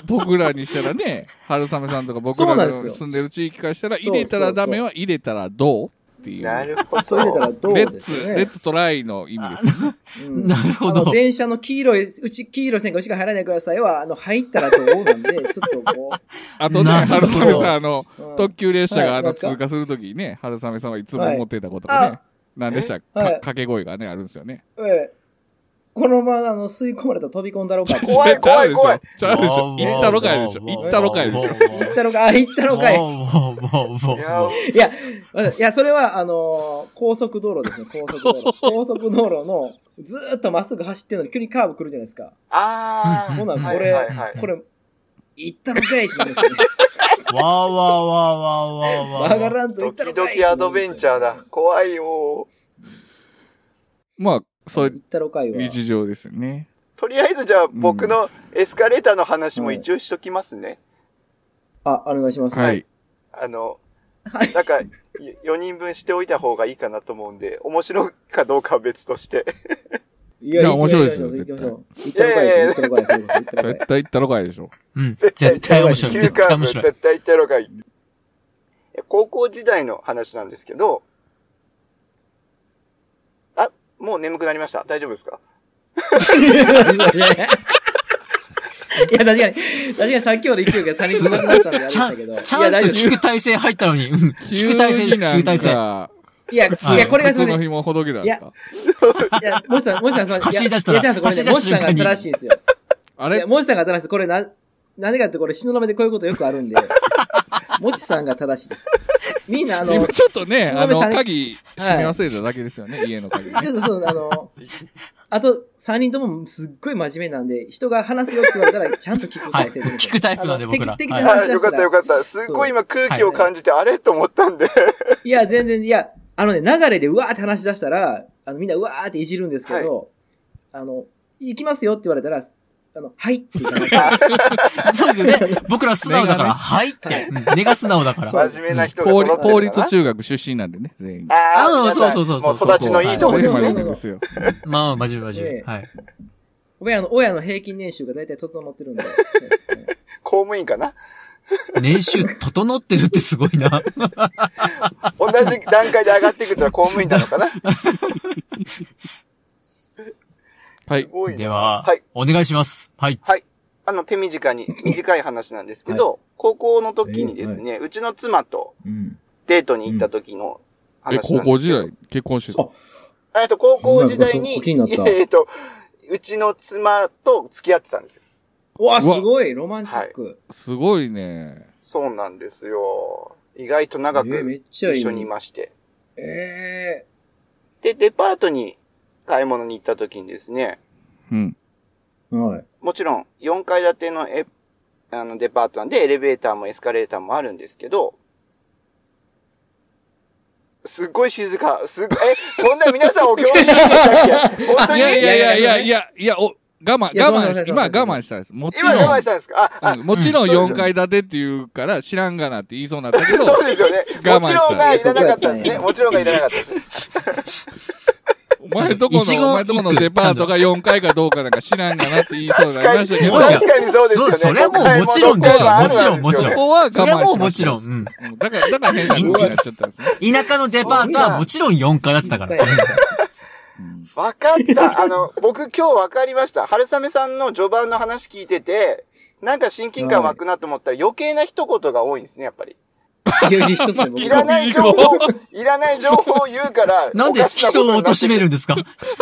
Speaker 4: 僕らにしたらね、春雨さんとか僕
Speaker 3: そ
Speaker 4: ら
Speaker 3: うなん
Speaker 4: の
Speaker 3: ですよ
Speaker 4: 住んでる地域からしたら、
Speaker 3: そうそ
Speaker 4: 入
Speaker 3: うそう
Speaker 4: れたらダメは入れたらどうっていう。
Speaker 2: な
Speaker 4: レ
Speaker 2: るほ
Speaker 3: そう入れたら
Speaker 2: ど。
Speaker 3: どう
Speaker 4: ッ
Speaker 3: です
Speaker 4: ツ、
Speaker 3: よね。
Speaker 4: レッツトライの意味です。
Speaker 3: うん
Speaker 1: なるほ
Speaker 3: あの
Speaker 1: ど。
Speaker 3: 電車の黄色い、うち黄色い線がうちが入らないでくださいは、あの、入ったらどうなん で、ちょっとこ
Speaker 4: あとね、
Speaker 1: なる
Speaker 4: 春
Speaker 1: ほど
Speaker 4: 雨さん、あの、
Speaker 3: う。うん
Speaker 4: 特急列車があ
Speaker 3: は
Speaker 4: の
Speaker 3: いですか
Speaker 4: 通過するときにね、春雨さんはいつも思ってたことが
Speaker 3: は
Speaker 4: ね
Speaker 3: い、
Speaker 4: 何でしたか
Speaker 3: はい
Speaker 4: 掛け声がね、あるんですよね。
Speaker 3: ええこのまま、あの、吸い込まれたら飛び込んだろうかって。
Speaker 2: 怖 い怖い怖い
Speaker 4: ちゃうでしょ。ちゃうでしょ。行ったろかいでしょ。行ったろかいでしょ。
Speaker 3: 行ったのか、あ、行ったのかい。
Speaker 1: もう、もう、もう、もう。
Speaker 2: いや、
Speaker 3: いや、いや、それは、あのー高速道路ですね、高速道路。高速道路の、ずーっとまっすぐ走ってるのに急にカーブ来るじゃないですか。
Speaker 2: あー。
Speaker 3: ほな
Speaker 2: は
Speaker 3: こ
Speaker 2: い
Speaker 3: れ
Speaker 2: はいはい。
Speaker 3: これ、行ったのかいって言うんですよね。
Speaker 1: わーわーわーわーわーわー。
Speaker 3: 曲がらんと行
Speaker 2: ド
Speaker 3: った
Speaker 2: キ
Speaker 3: の
Speaker 2: ド
Speaker 3: かいって
Speaker 2: キ
Speaker 3: 言
Speaker 2: ア
Speaker 3: うんですよ
Speaker 2: ドベンチャーだ。。怖いよ。
Speaker 4: まあ、そうい
Speaker 3: 行
Speaker 4: う
Speaker 3: ったのかいは。
Speaker 4: 日常ですよね。
Speaker 2: とりあえずじゃあ、僕のエスカレーターの話も一応しときますね。
Speaker 3: あ、お願いします。
Speaker 4: はい。
Speaker 2: あの
Speaker 3: は、
Speaker 2: なんか、4人分しておいた方がいいかなと思うんで、面白いかどうかは別として。
Speaker 3: い
Speaker 4: いや面白いですよ
Speaker 3: 行きましょう行き
Speaker 2: 対
Speaker 3: ましょう行ったのかいですよ、行 ったのかいですよ行ったの
Speaker 4: 絶
Speaker 3: かい。
Speaker 4: 対行ったろかいでしょ。
Speaker 1: うん。絶対面白い。
Speaker 2: 9
Speaker 1: 絶対
Speaker 2: 回
Speaker 1: 面
Speaker 2: 分
Speaker 1: 白い。
Speaker 2: 絶対行ったのがいい。高校時代の話なんですけど、あ、もう眠くなりました。大丈夫ですか
Speaker 3: いや、確かに、確かにさっきまで勢いが足りなくなったんであれ
Speaker 1: ち
Speaker 3: で
Speaker 1: ゃ
Speaker 3: し
Speaker 1: ん、
Speaker 3: たけど。
Speaker 1: ちゃ
Speaker 3: いや、
Speaker 1: んと
Speaker 3: 大丈夫です
Speaker 1: 聞く体勢入ったのに。うん聞く体勢です、聞
Speaker 4: 急
Speaker 1: く
Speaker 4: になん
Speaker 1: 体勢。
Speaker 4: か、
Speaker 3: いや、
Speaker 1: はい
Speaker 3: いや、これがす
Speaker 4: 靴
Speaker 3: みませ
Speaker 4: の
Speaker 3: ん。
Speaker 4: 紐ほどけたんですか
Speaker 3: いや、もちさん、もちさん、そう
Speaker 1: 走り出した
Speaker 3: い
Speaker 1: ら
Speaker 3: や、いやちゃんとこれね、も
Speaker 1: 走
Speaker 3: ち
Speaker 1: り出し
Speaker 3: さん
Speaker 1: た
Speaker 3: が
Speaker 1: 瞬間に
Speaker 3: 正しいんですよ。
Speaker 4: あ
Speaker 3: い
Speaker 4: れ
Speaker 3: や、もちさんが正しい。これな、なぜかってこれ、死ののめでこういうことよくあるんで、もちさんが正しいです。みんな、あの、
Speaker 4: 今
Speaker 3: ち
Speaker 4: ちょっとね、
Speaker 3: 忍さ
Speaker 4: あ
Speaker 3: ん
Speaker 4: の、鍵閉め忘れただけですよね、家の鍵ね。
Speaker 3: ょっとそう、あの、あと、3人ともすっごい真面目なんで、人が話すよって言われたら、ちゃんと聞く
Speaker 1: はい
Speaker 3: 体制で。
Speaker 1: 聞くタイプなんで
Speaker 3: あの適
Speaker 1: 僕ら
Speaker 3: 適
Speaker 1: は
Speaker 3: 当
Speaker 1: い
Speaker 3: に話
Speaker 2: あ
Speaker 3: し出
Speaker 2: よ
Speaker 3: し
Speaker 2: から
Speaker 3: た
Speaker 2: ったよかった。すっごい今空気を感じて、あれと思ったんで。
Speaker 3: いや、全然、いや、あのね、流れでうわーって話し出したら、あのみんなうわーっていじるんですけど、あの、行きますよって言われたら、あの、はいって言われた。
Speaker 1: そうですよね。僕ら素直だから、はいって。うん根が素直だから。
Speaker 3: そう
Speaker 2: 真面目な人が
Speaker 4: 公
Speaker 2: 揃って
Speaker 4: 立
Speaker 2: る
Speaker 4: 公立中学出身なんでね、全員。
Speaker 2: あ
Speaker 1: あ
Speaker 2: あ、
Speaker 1: ー
Speaker 2: 皆さん
Speaker 1: そうそうそうそう
Speaker 2: も育ちのいいとこ
Speaker 3: ろ
Speaker 2: で
Speaker 4: ですす
Speaker 3: そう
Speaker 2: ね。
Speaker 4: ね。ですよ。
Speaker 1: まあ、真面目真面目。はい。
Speaker 3: 親の、親の平均年収が大体整ってるんで。
Speaker 2: 公務員かな
Speaker 1: 年収整ってるってすごいな。
Speaker 2: 同じ段階で上がっていくとは公務員なの かなす
Speaker 4: はい。
Speaker 2: ごいな
Speaker 1: では、
Speaker 2: はい。
Speaker 1: お願いします。はい。
Speaker 2: あの、手短 に、短い話なんですけど、高校の時にですね、うちの妻と
Speaker 3: うん。
Speaker 2: デートに行った時の
Speaker 4: え、
Speaker 2: 話なん
Speaker 4: 高
Speaker 2: ですけど、
Speaker 4: 校時代結婚してた。
Speaker 2: えっと、高校時代に
Speaker 3: お前そこ気になっ、た
Speaker 2: えっと、うちの妻と付き合ってたんですよ。
Speaker 3: うわ、
Speaker 4: うわ
Speaker 3: すごいロマンチック。
Speaker 4: すごいね。
Speaker 2: そうなんですよ。意外と長
Speaker 3: えーめ
Speaker 2: く
Speaker 3: っちゃいい。
Speaker 2: 一緒にいまして。
Speaker 3: え
Speaker 2: で、デパートに買い物に行った時にですね、
Speaker 4: うん。
Speaker 3: ー。はい。
Speaker 2: もちろん4階建てのえあのデパートなんでエレベーターもエスカレーターもあるんですけど、すっごい静か。すっごい、え、こんな皆さんお行儀いいんでしたっけ本
Speaker 4: い
Speaker 2: 当に
Speaker 4: やいやいやいやいや、いや、お、我慢、
Speaker 3: いや
Speaker 4: 我
Speaker 3: そ
Speaker 4: 慢
Speaker 3: うそうそう
Speaker 4: し、今は我慢したんです。もち
Speaker 2: 今
Speaker 4: ろ
Speaker 2: 我慢
Speaker 4: ん
Speaker 2: し、たんですかあ、あ、
Speaker 4: うんもちろん
Speaker 2: うん
Speaker 4: 4階建てって言うから知らんがなって言いそうになったけ ど、
Speaker 2: そうですよね。
Speaker 4: 我慢した
Speaker 2: もちろんがいらなかったんですね。もちろんがいらなかったです。
Speaker 4: お前とこ
Speaker 1: いち
Speaker 4: の、
Speaker 1: ご
Speaker 4: お前とこのデパートが4階かどうかなんか知らんがなって言いそうに
Speaker 2: 確
Speaker 4: なり
Speaker 2: か
Speaker 4: ま
Speaker 2: に、
Speaker 4: したけ
Speaker 2: 確
Speaker 4: ど、
Speaker 2: かにそうですよ
Speaker 1: そ
Speaker 2: ね。
Speaker 1: うそれはもうもちろん
Speaker 4: ですよ
Speaker 2: もちろん
Speaker 1: もちろ
Speaker 4: そ
Speaker 1: ん
Speaker 4: こは我慢し
Speaker 1: それ
Speaker 4: ました
Speaker 1: はもうもちろん、うん。
Speaker 4: うん。だから、だから変な動きになっちゃったんですね。
Speaker 1: 田舎のデパートはもちろん4階だってたから。
Speaker 2: わかった。 あの、僕今日わかりました。春雨さんの序盤の話聞いてて、なんか親近感湧くなと思ったら余計な一言が多いんですね、やっぱり。
Speaker 3: いや、一緒ですね、僕
Speaker 2: いらない情報、 いらない情報を言う から、
Speaker 1: なんで人を貶め
Speaker 2: る
Speaker 1: るんですか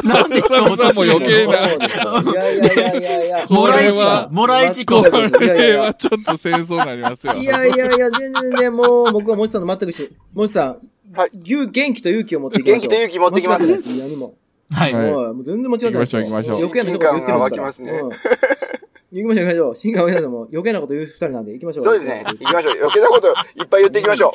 Speaker 1: なんで人を貶める
Speaker 4: 余計
Speaker 1: の
Speaker 4: な
Speaker 3: そうですよいやいやいやいやいや。
Speaker 1: もらい
Speaker 4: これは
Speaker 1: 事故、もらい事
Speaker 4: こ
Speaker 1: 故。
Speaker 4: れはちょっと戦争になりますよ。
Speaker 3: いやいやいや、全然ね、もう、僕はもちさんと全く一緒。もちさん、
Speaker 2: はい
Speaker 3: 牛元気と勇気を持っていきましょう。
Speaker 2: 元気と勇気持ってきます
Speaker 3: 間違ってないです何も。
Speaker 1: はい。
Speaker 4: はい
Speaker 3: もうもう全然間違ってないです。
Speaker 4: 行きましょう行
Speaker 2: きましょう
Speaker 3: 余計なこと言ってますから。
Speaker 2: 親近感が湧
Speaker 3: うん行きましょう、行きましょう。新川上田さんも余計なこと言う二人なんで行きましょう。
Speaker 2: そうですね。行きましょう。余計なこといっぱい言っていきましょ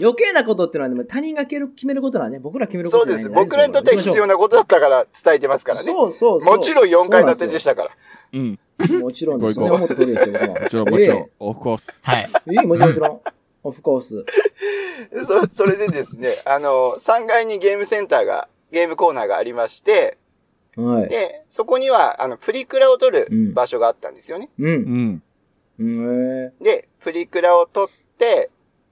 Speaker 3: 余計なことってのは、ね、他人が決める決めることなんで、僕ら決め
Speaker 2: う。
Speaker 3: るこ
Speaker 2: そ
Speaker 3: と
Speaker 2: う
Speaker 3: じゃ
Speaker 2: で
Speaker 3: ない
Speaker 2: す。
Speaker 3: ん
Speaker 2: 僕らにとっては必要
Speaker 3: な
Speaker 2: なことだったから伝えてますからね。
Speaker 3: そうそうそう。
Speaker 2: もちろん4階建てでしたから。
Speaker 4: うん。
Speaker 3: た。もちろんです。そ
Speaker 4: 行こう
Speaker 3: れはもっと取りですよ、僕ら
Speaker 4: もちろん、もちろ
Speaker 3: え
Speaker 4: ん。オフコース。
Speaker 1: はい。
Speaker 3: えええもちろん、もちろん。オフコース。
Speaker 2: そそれでですね、あの、3階にゲームセンターが、ゲームコーナーがありまして、
Speaker 3: はい。
Speaker 2: で、そこには、あの、プリクラを撮
Speaker 3: う
Speaker 2: る
Speaker 3: ん
Speaker 2: 場所があったんですよね。
Speaker 3: う。
Speaker 4: うんん。
Speaker 3: うん、え
Speaker 2: で、プリクラを撮って、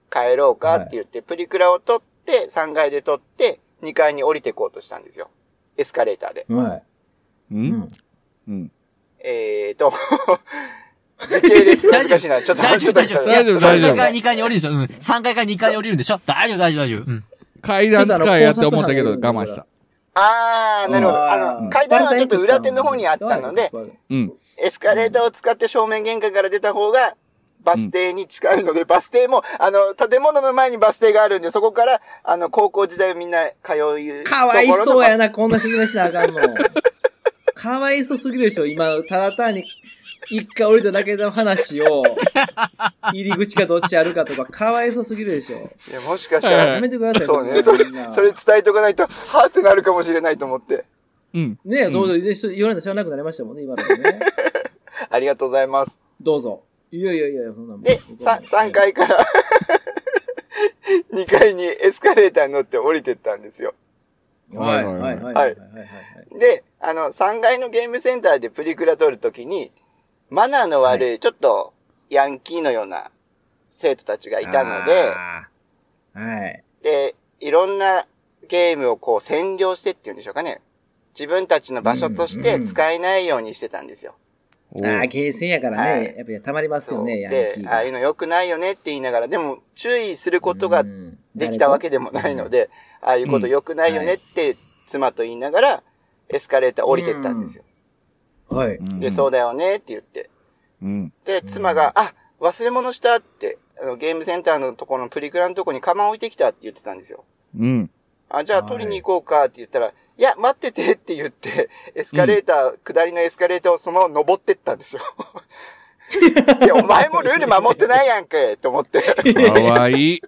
Speaker 2: 帰ろうかって言って、プリクラを撮って、3階で撮って、2階に降りてこうとしたんですよ。エスカレーターで。
Speaker 3: ーは
Speaker 4: う
Speaker 3: い。うんん。
Speaker 4: うん。
Speaker 2: えーと、 時系列難しいな。ちょっと
Speaker 1: 大
Speaker 2: 待
Speaker 1: 丈
Speaker 2: っ
Speaker 1: 夫、
Speaker 2: て
Speaker 1: 大
Speaker 2: ち
Speaker 1: 丈
Speaker 2: ょっ
Speaker 1: 夫。
Speaker 2: と
Speaker 1: いや
Speaker 2: 待って
Speaker 4: 大丈夫大丈夫
Speaker 1: 3階から2階に降りるでしょうん。3階から2階に降りるんでしょ大丈夫、大丈夫、大丈夫。うん。。
Speaker 4: 階段使いやって思ったけど我慢した。
Speaker 2: あー、なるほ
Speaker 3: う
Speaker 2: ど。
Speaker 3: ん
Speaker 2: あの、階段はちょっと裏手の方にあったので、、
Speaker 4: うん。
Speaker 2: エスカレーターを使って正面玄関から出た方が、バス停に近いので、バス停も、あの、建物の前にバス停があるんで、そこから、あの、高校時代みんな通う。
Speaker 3: かわいそうや
Speaker 2: な。
Speaker 3: な、こんな説明しなあかんの。かわいそうすぎるでしょ、今、ただ単に、一回降りただけの話 を、入り口がどっちあるかとか、かわいそうすぎるでしょ。
Speaker 2: いや、もしかしたら、
Speaker 3: やめてください、
Speaker 2: そうね。それ
Speaker 3: みん、な
Speaker 2: それ伝えとかないと、はーってなるかもしれないと思って。
Speaker 4: うん。
Speaker 3: ねえ、
Speaker 4: ん
Speaker 3: どうぞ、で言われたら知らなくなりましたもんね、今のでね。
Speaker 2: ありがとうございます。
Speaker 3: どうぞ。いやいやいや、そんなもん。
Speaker 2: で、さ3。階から、2階にエスカレーターに乗って降りてったんですよ。
Speaker 3: はい、はい、はい、はい。はい
Speaker 2: で、あの、3階のゲームセンターでプリクラ撮るときに、マナーの悪い、ちょっと、ヤンキーのような生徒たちがいたので、
Speaker 3: あーはい。
Speaker 2: で、いろんなゲームをこう占領してっていうんでしょうかね。自分たちの場所として使えないようにしてたんですよ。
Speaker 4: お
Speaker 3: ああ、
Speaker 4: う
Speaker 3: ゲーセンやから
Speaker 2: は
Speaker 3: ね
Speaker 2: い、
Speaker 3: やっぱりたまりますよね、ヤン
Speaker 2: で
Speaker 3: キー、が。
Speaker 2: ああいうの良くないよねって言いながら、でも注意することができたわけでもないので、ああいうこと良くないよねって妻と言いながら、エスカレーター降りてったんですよ。
Speaker 3: うん。はい。
Speaker 2: で、そうだよねって言って。
Speaker 4: うん。
Speaker 2: で、妻が、あ、忘れ物したって、あのゲームセンターのところのプリクラのところにカバン置いてきたって言ってたんですよ。
Speaker 4: うん。
Speaker 2: あ、じゃあ
Speaker 3: はい
Speaker 2: 取りに行こうかって言ったら、いや、待っててって言って、エスカレーター、下りのエスカレーターをそのまま登ってったんですよ。いや、お前もルール守ってないやんけと思って、っ
Speaker 4: かわいい。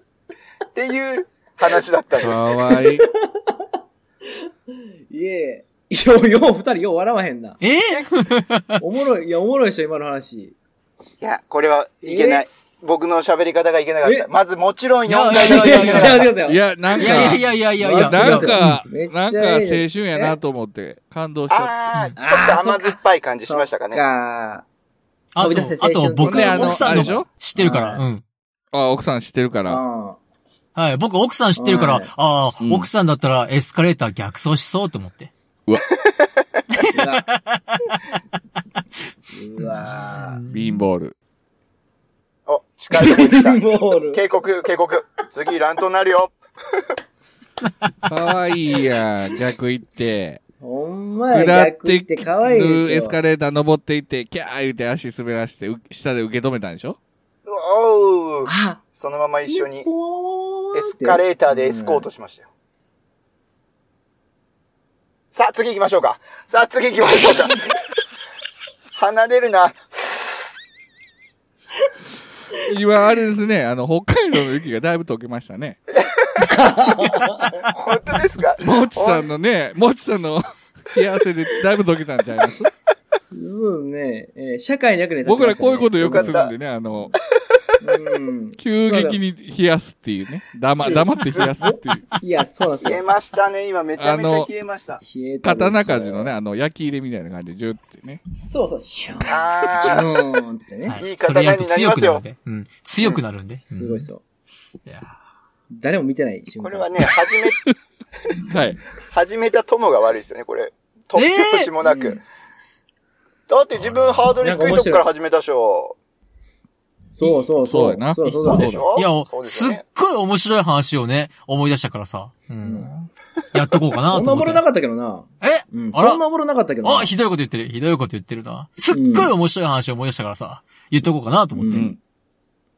Speaker 2: ていう話だったんで
Speaker 4: か
Speaker 2: す。
Speaker 4: わいい。
Speaker 3: いえ。よ、よ、二人よ、笑わへんな
Speaker 1: え
Speaker 3: おもろい、いや、おもろいでしょ、今の話。
Speaker 2: いや、これはいけない。僕の喋り方がいけなかっ
Speaker 3: え
Speaker 2: た。まずもちろん4
Speaker 1: いや
Speaker 2: 回
Speaker 1: いや
Speaker 2: だ
Speaker 1: い
Speaker 2: け
Speaker 1: や
Speaker 2: いけ
Speaker 1: や
Speaker 2: なか
Speaker 3: あ
Speaker 2: っ
Speaker 3: りがとう
Speaker 4: い
Speaker 3: よ。
Speaker 4: や、なん
Speaker 1: いや
Speaker 4: か
Speaker 1: い、やいやいやいやいや。
Speaker 4: なんか
Speaker 3: めっ、ちゃ
Speaker 4: なんか青春やなと思って感動しちゃった。
Speaker 2: た。あー、ちょっと甘酸っぱい感じしましたかね。
Speaker 3: か
Speaker 1: あ
Speaker 3: 飛び出せ
Speaker 1: と、
Speaker 3: 青
Speaker 1: あと
Speaker 3: 春
Speaker 1: 僕
Speaker 4: ねあ、の
Speaker 1: 奥さ
Speaker 4: あ
Speaker 1: ん
Speaker 4: れ
Speaker 1: の
Speaker 4: でしょ
Speaker 1: 知ってるから。
Speaker 3: は
Speaker 1: うん。
Speaker 4: あ、奥さん知ってるから。
Speaker 3: あ
Speaker 1: はい。僕、奥さん知ってるか
Speaker 3: は
Speaker 1: ら
Speaker 3: い、
Speaker 1: ああ
Speaker 4: うん、
Speaker 1: 奥さんだったらエスカレーター逆走しそうと思って。
Speaker 3: いやうわ
Speaker 4: ビーンボール。
Speaker 2: お、近いとこ来た
Speaker 3: ー。ボール。
Speaker 2: 警告、警告。次、乱闘になるよ。
Speaker 4: かわいいやん、逆行 って。
Speaker 3: ほんまや、
Speaker 4: 下っ
Speaker 3: 逆
Speaker 4: て
Speaker 3: 行って可愛いでしょ。
Speaker 4: エスカレーター登っていって、キャー言って足滑らして、う下で受け止めたんでしょ
Speaker 2: おう
Speaker 3: あ
Speaker 2: そのまま一緒にエス
Speaker 3: レ
Speaker 2: カレーターでエスコートしましたよ。さあ、次行きましょうか。さあ、次行きましょうか。離れるな。
Speaker 4: 今、あれですね、あの、北海道の雪がだいぶ溶けましたね。
Speaker 2: 本当ですか
Speaker 4: もちさんのね、もちさんの 幸せでだいぶ溶けたんちゃいます
Speaker 3: そうね、えー社会の役に立ちま
Speaker 4: 僕ら
Speaker 3: したね
Speaker 4: こういうことよくするんでね、あの、
Speaker 3: うん。
Speaker 4: 急激に冷やすっていうね。黙、黙って冷やすっていう。
Speaker 3: いや、そうなんです
Speaker 2: 消え
Speaker 3: よ。
Speaker 2: ましたね。今めちゃめち
Speaker 4: あ
Speaker 2: ゃ
Speaker 4: の
Speaker 2: 消えました。
Speaker 3: 冷えたでしょ
Speaker 4: 刀鍛冶のね、。あの、焼き入れみたいな感じで、ジュってね。
Speaker 3: そうそう、シューン。シ
Speaker 2: あ
Speaker 3: ューンってね。
Speaker 2: いい
Speaker 1: それやると
Speaker 2: 刀になり
Speaker 1: 強
Speaker 2: ま
Speaker 1: く
Speaker 2: す
Speaker 1: なる
Speaker 2: よ
Speaker 1: んで。うん。強くなるんで。うん
Speaker 3: すごいそう。
Speaker 1: いや
Speaker 3: 誰も見てない
Speaker 2: ー
Speaker 3: 瞬間。
Speaker 2: これはね、始め、
Speaker 4: はい。
Speaker 2: 始めた友が悪いですよね、これ。突拍子もなく。
Speaker 3: うん
Speaker 2: だって自分ハードル低いとこから始めたでしょ。
Speaker 3: そうそう
Speaker 4: そ
Speaker 3: そうう。
Speaker 4: やな
Speaker 3: そうそうそ
Speaker 4: そ
Speaker 3: うう
Speaker 4: だ
Speaker 2: でしょ
Speaker 1: いや、
Speaker 2: そうです
Speaker 1: す
Speaker 2: よ
Speaker 1: っ
Speaker 2: ね。
Speaker 1: ごい面白い話をね、思い出したからさ。うん。 やっとこうかな
Speaker 3: そん
Speaker 1: と
Speaker 3: なお
Speaker 1: 思
Speaker 3: も
Speaker 1: って
Speaker 3: ろな。かったけどな。
Speaker 1: え
Speaker 3: うん。
Speaker 1: あら
Speaker 3: そんなおもろなかったけどな。
Speaker 1: あ、ひどいこと言ってる。ひどいこと言ってるな。すっごい面白い話を思い出したからさ。言っとこうかなと思っ
Speaker 4: う
Speaker 1: て。
Speaker 4: ん。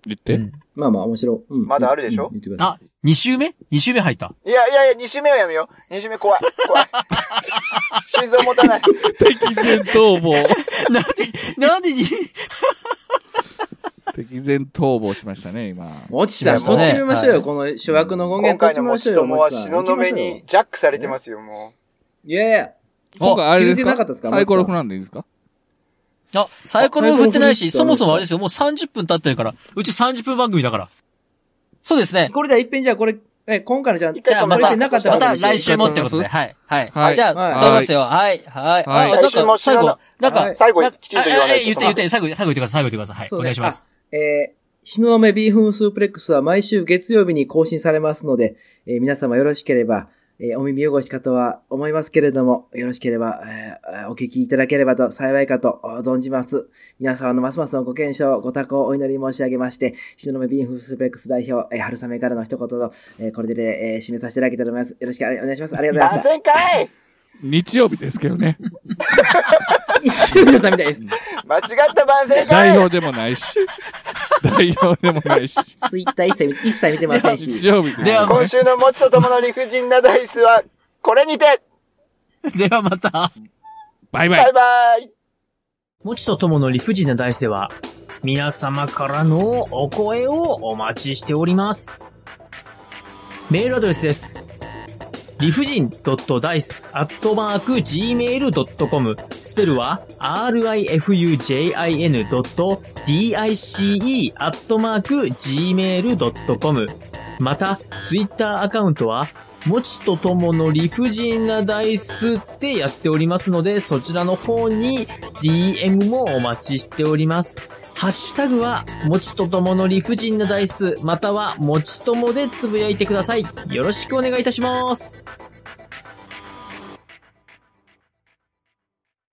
Speaker 4: 言って。
Speaker 1: うん
Speaker 3: まあまあ、面白い。うん。
Speaker 2: まだあるでしょ
Speaker 3: うん言ってくださ
Speaker 1: あ、2周目 ?2 周目入った。
Speaker 2: いやいやいや、二周目はやめよう。二周目怖い。 怖い。心臓持たない。
Speaker 4: 敵前逃亡。
Speaker 1: なんで、なんでに、
Speaker 4: 敵前逃亡しましたね、今
Speaker 3: い。。もちさん、
Speaker 1: しましたね
Speaker 3: とっちめましょう
Speaker 1: は
Speaker 3: よ。
Speaker 1: い
Speaker 3: この主役の権
Speaker 2: 今
Speaker 3: 限とっ
Speaker 2: 回
Speaker 3: ち
Speaker 2: の
Speaker 3: めま
Speaker 2: 持
Speaker 3: しょ
Speaker 2: ち
Speaker 3: うよ。
Speaker 2: 友は東雲に
Speaker 3: 持ち
Speaker 2: ジャックされてますよ、も
Speaker 3: さん。いやいや。
Speaker 4: 今回あれ
Speaker 3: 気
Speaker 4: で
Speaker 3: づい
Speaker 4: す
Speaker 3: てなか
Speaker 4: か
Speaker 3: ったですか
Speaker 4: サイコロフなんでいいですか
Speaker 1: あ、サイコロも振ってないし、
Speaker 3: あサイ
Speaker 1: そ
Speaker 3: コロも
Speaker 1: も
Speaker 3: 振っ
Speaker 1: そ
Speaker 3: てない
Speaker 1: もあれですよ、もう30分経ってるから。うち30分番組だから。そうですね。
Speaker 3: これじゃあ一遍じゃあこれ、え、今回のじゃあ、
Speaker 2: 一
Speaker 1: じ
Speaker 2: 回
Speaker 1: ゃあ
Speaker 2: 止
Speaker 1: ま
Speaker 2: め
Speaker 3: これ
Speaker 1: た、
Speaker 3: で
Speaker 1: ま
Speaker 3: なかったら
Speaker 1: た来週もってこと
Speaker 4: は
Speaker 1: で。
Speaker 4: い
Speaker 1: はい。はい。
Speaker 4: はい
Speaker 1: あじゃあ、
Speaker 3: はい
Speaker 1: 撮りますよ。はい。はい。
Speaker 4: はい
Speaker 1: あなんか
Speaker 2: 来週も知
Speaker 1: 最
Speaker 2: らな
Speaker 1: 後、なん
Speaker 3: は
Speaker 1: か
Speaker 2: う。、最後、きちんと言わな
Speaker 1: あ
Speaker 2: い
Speaker 1: え言っ
Speaker 2: と。
Speaker 1: て言って、最後、最後言ってください。最後言ってください。はい。
Speaker 3: そう
Speaker 1: お
Speaker 3: ね
Speaker 1: 願いします。
Speaker 3: えー、東雲ビーフンスープレックスは毎週月曜日に更新されますので、えー皆様よろしければ、えーお耳汚しかとは思いますけれども、よろしければ、えーお聞きいただければと幸いかとお存じます。皆様のますますのご健勝、ご多幸をお祈り申し上げまして、東雲ビーフンスープレックス代表、えー春雨からの一言と、えーこれで、えー締めさせていただきたいと思います。よろしくお願いします。ありがとう
Speaker 2: あ
Speaker 3: ございました。
Speaker 2: せんかい
Speaker 4: 日曜日ですけどね。
Speaker 3: 一瞬だったみたいです。
Speaker 2: 間違った番宣かい
Speaker 4: 代表でもないし。代表でもないし。
Speaker 3: ツイッター一切見一切見てませんし。
Speaker 4: 日曜日で
Speaker 1: では
Speaker 4: もな
Speaker 2: 今
Speaker 4: い。
Speaker 2: 週のもちとともの理不尽なダイスは、これにて
Speaker 1: ではまた。
Speaker 4: バイ
Speaker 2: バ。
Speaker 4: バイ
Speaker 2: イバイ
Speaker 5: もちとともの理不尽な大世は、皆様からのお声をお待ちしております。メールアドレスです。理不尽 .dice.gmail.com スペルは rifujin.dice.gmail.com また、ツイッターアカウントは、もちとともの理不尽なダイスってやっておりますので、そちらの方に DM もお待ちしております。ハッシュタグは、もちとともの理不尽なダイス、または、もちともでつぶやいてください。よろしくお願いいたします。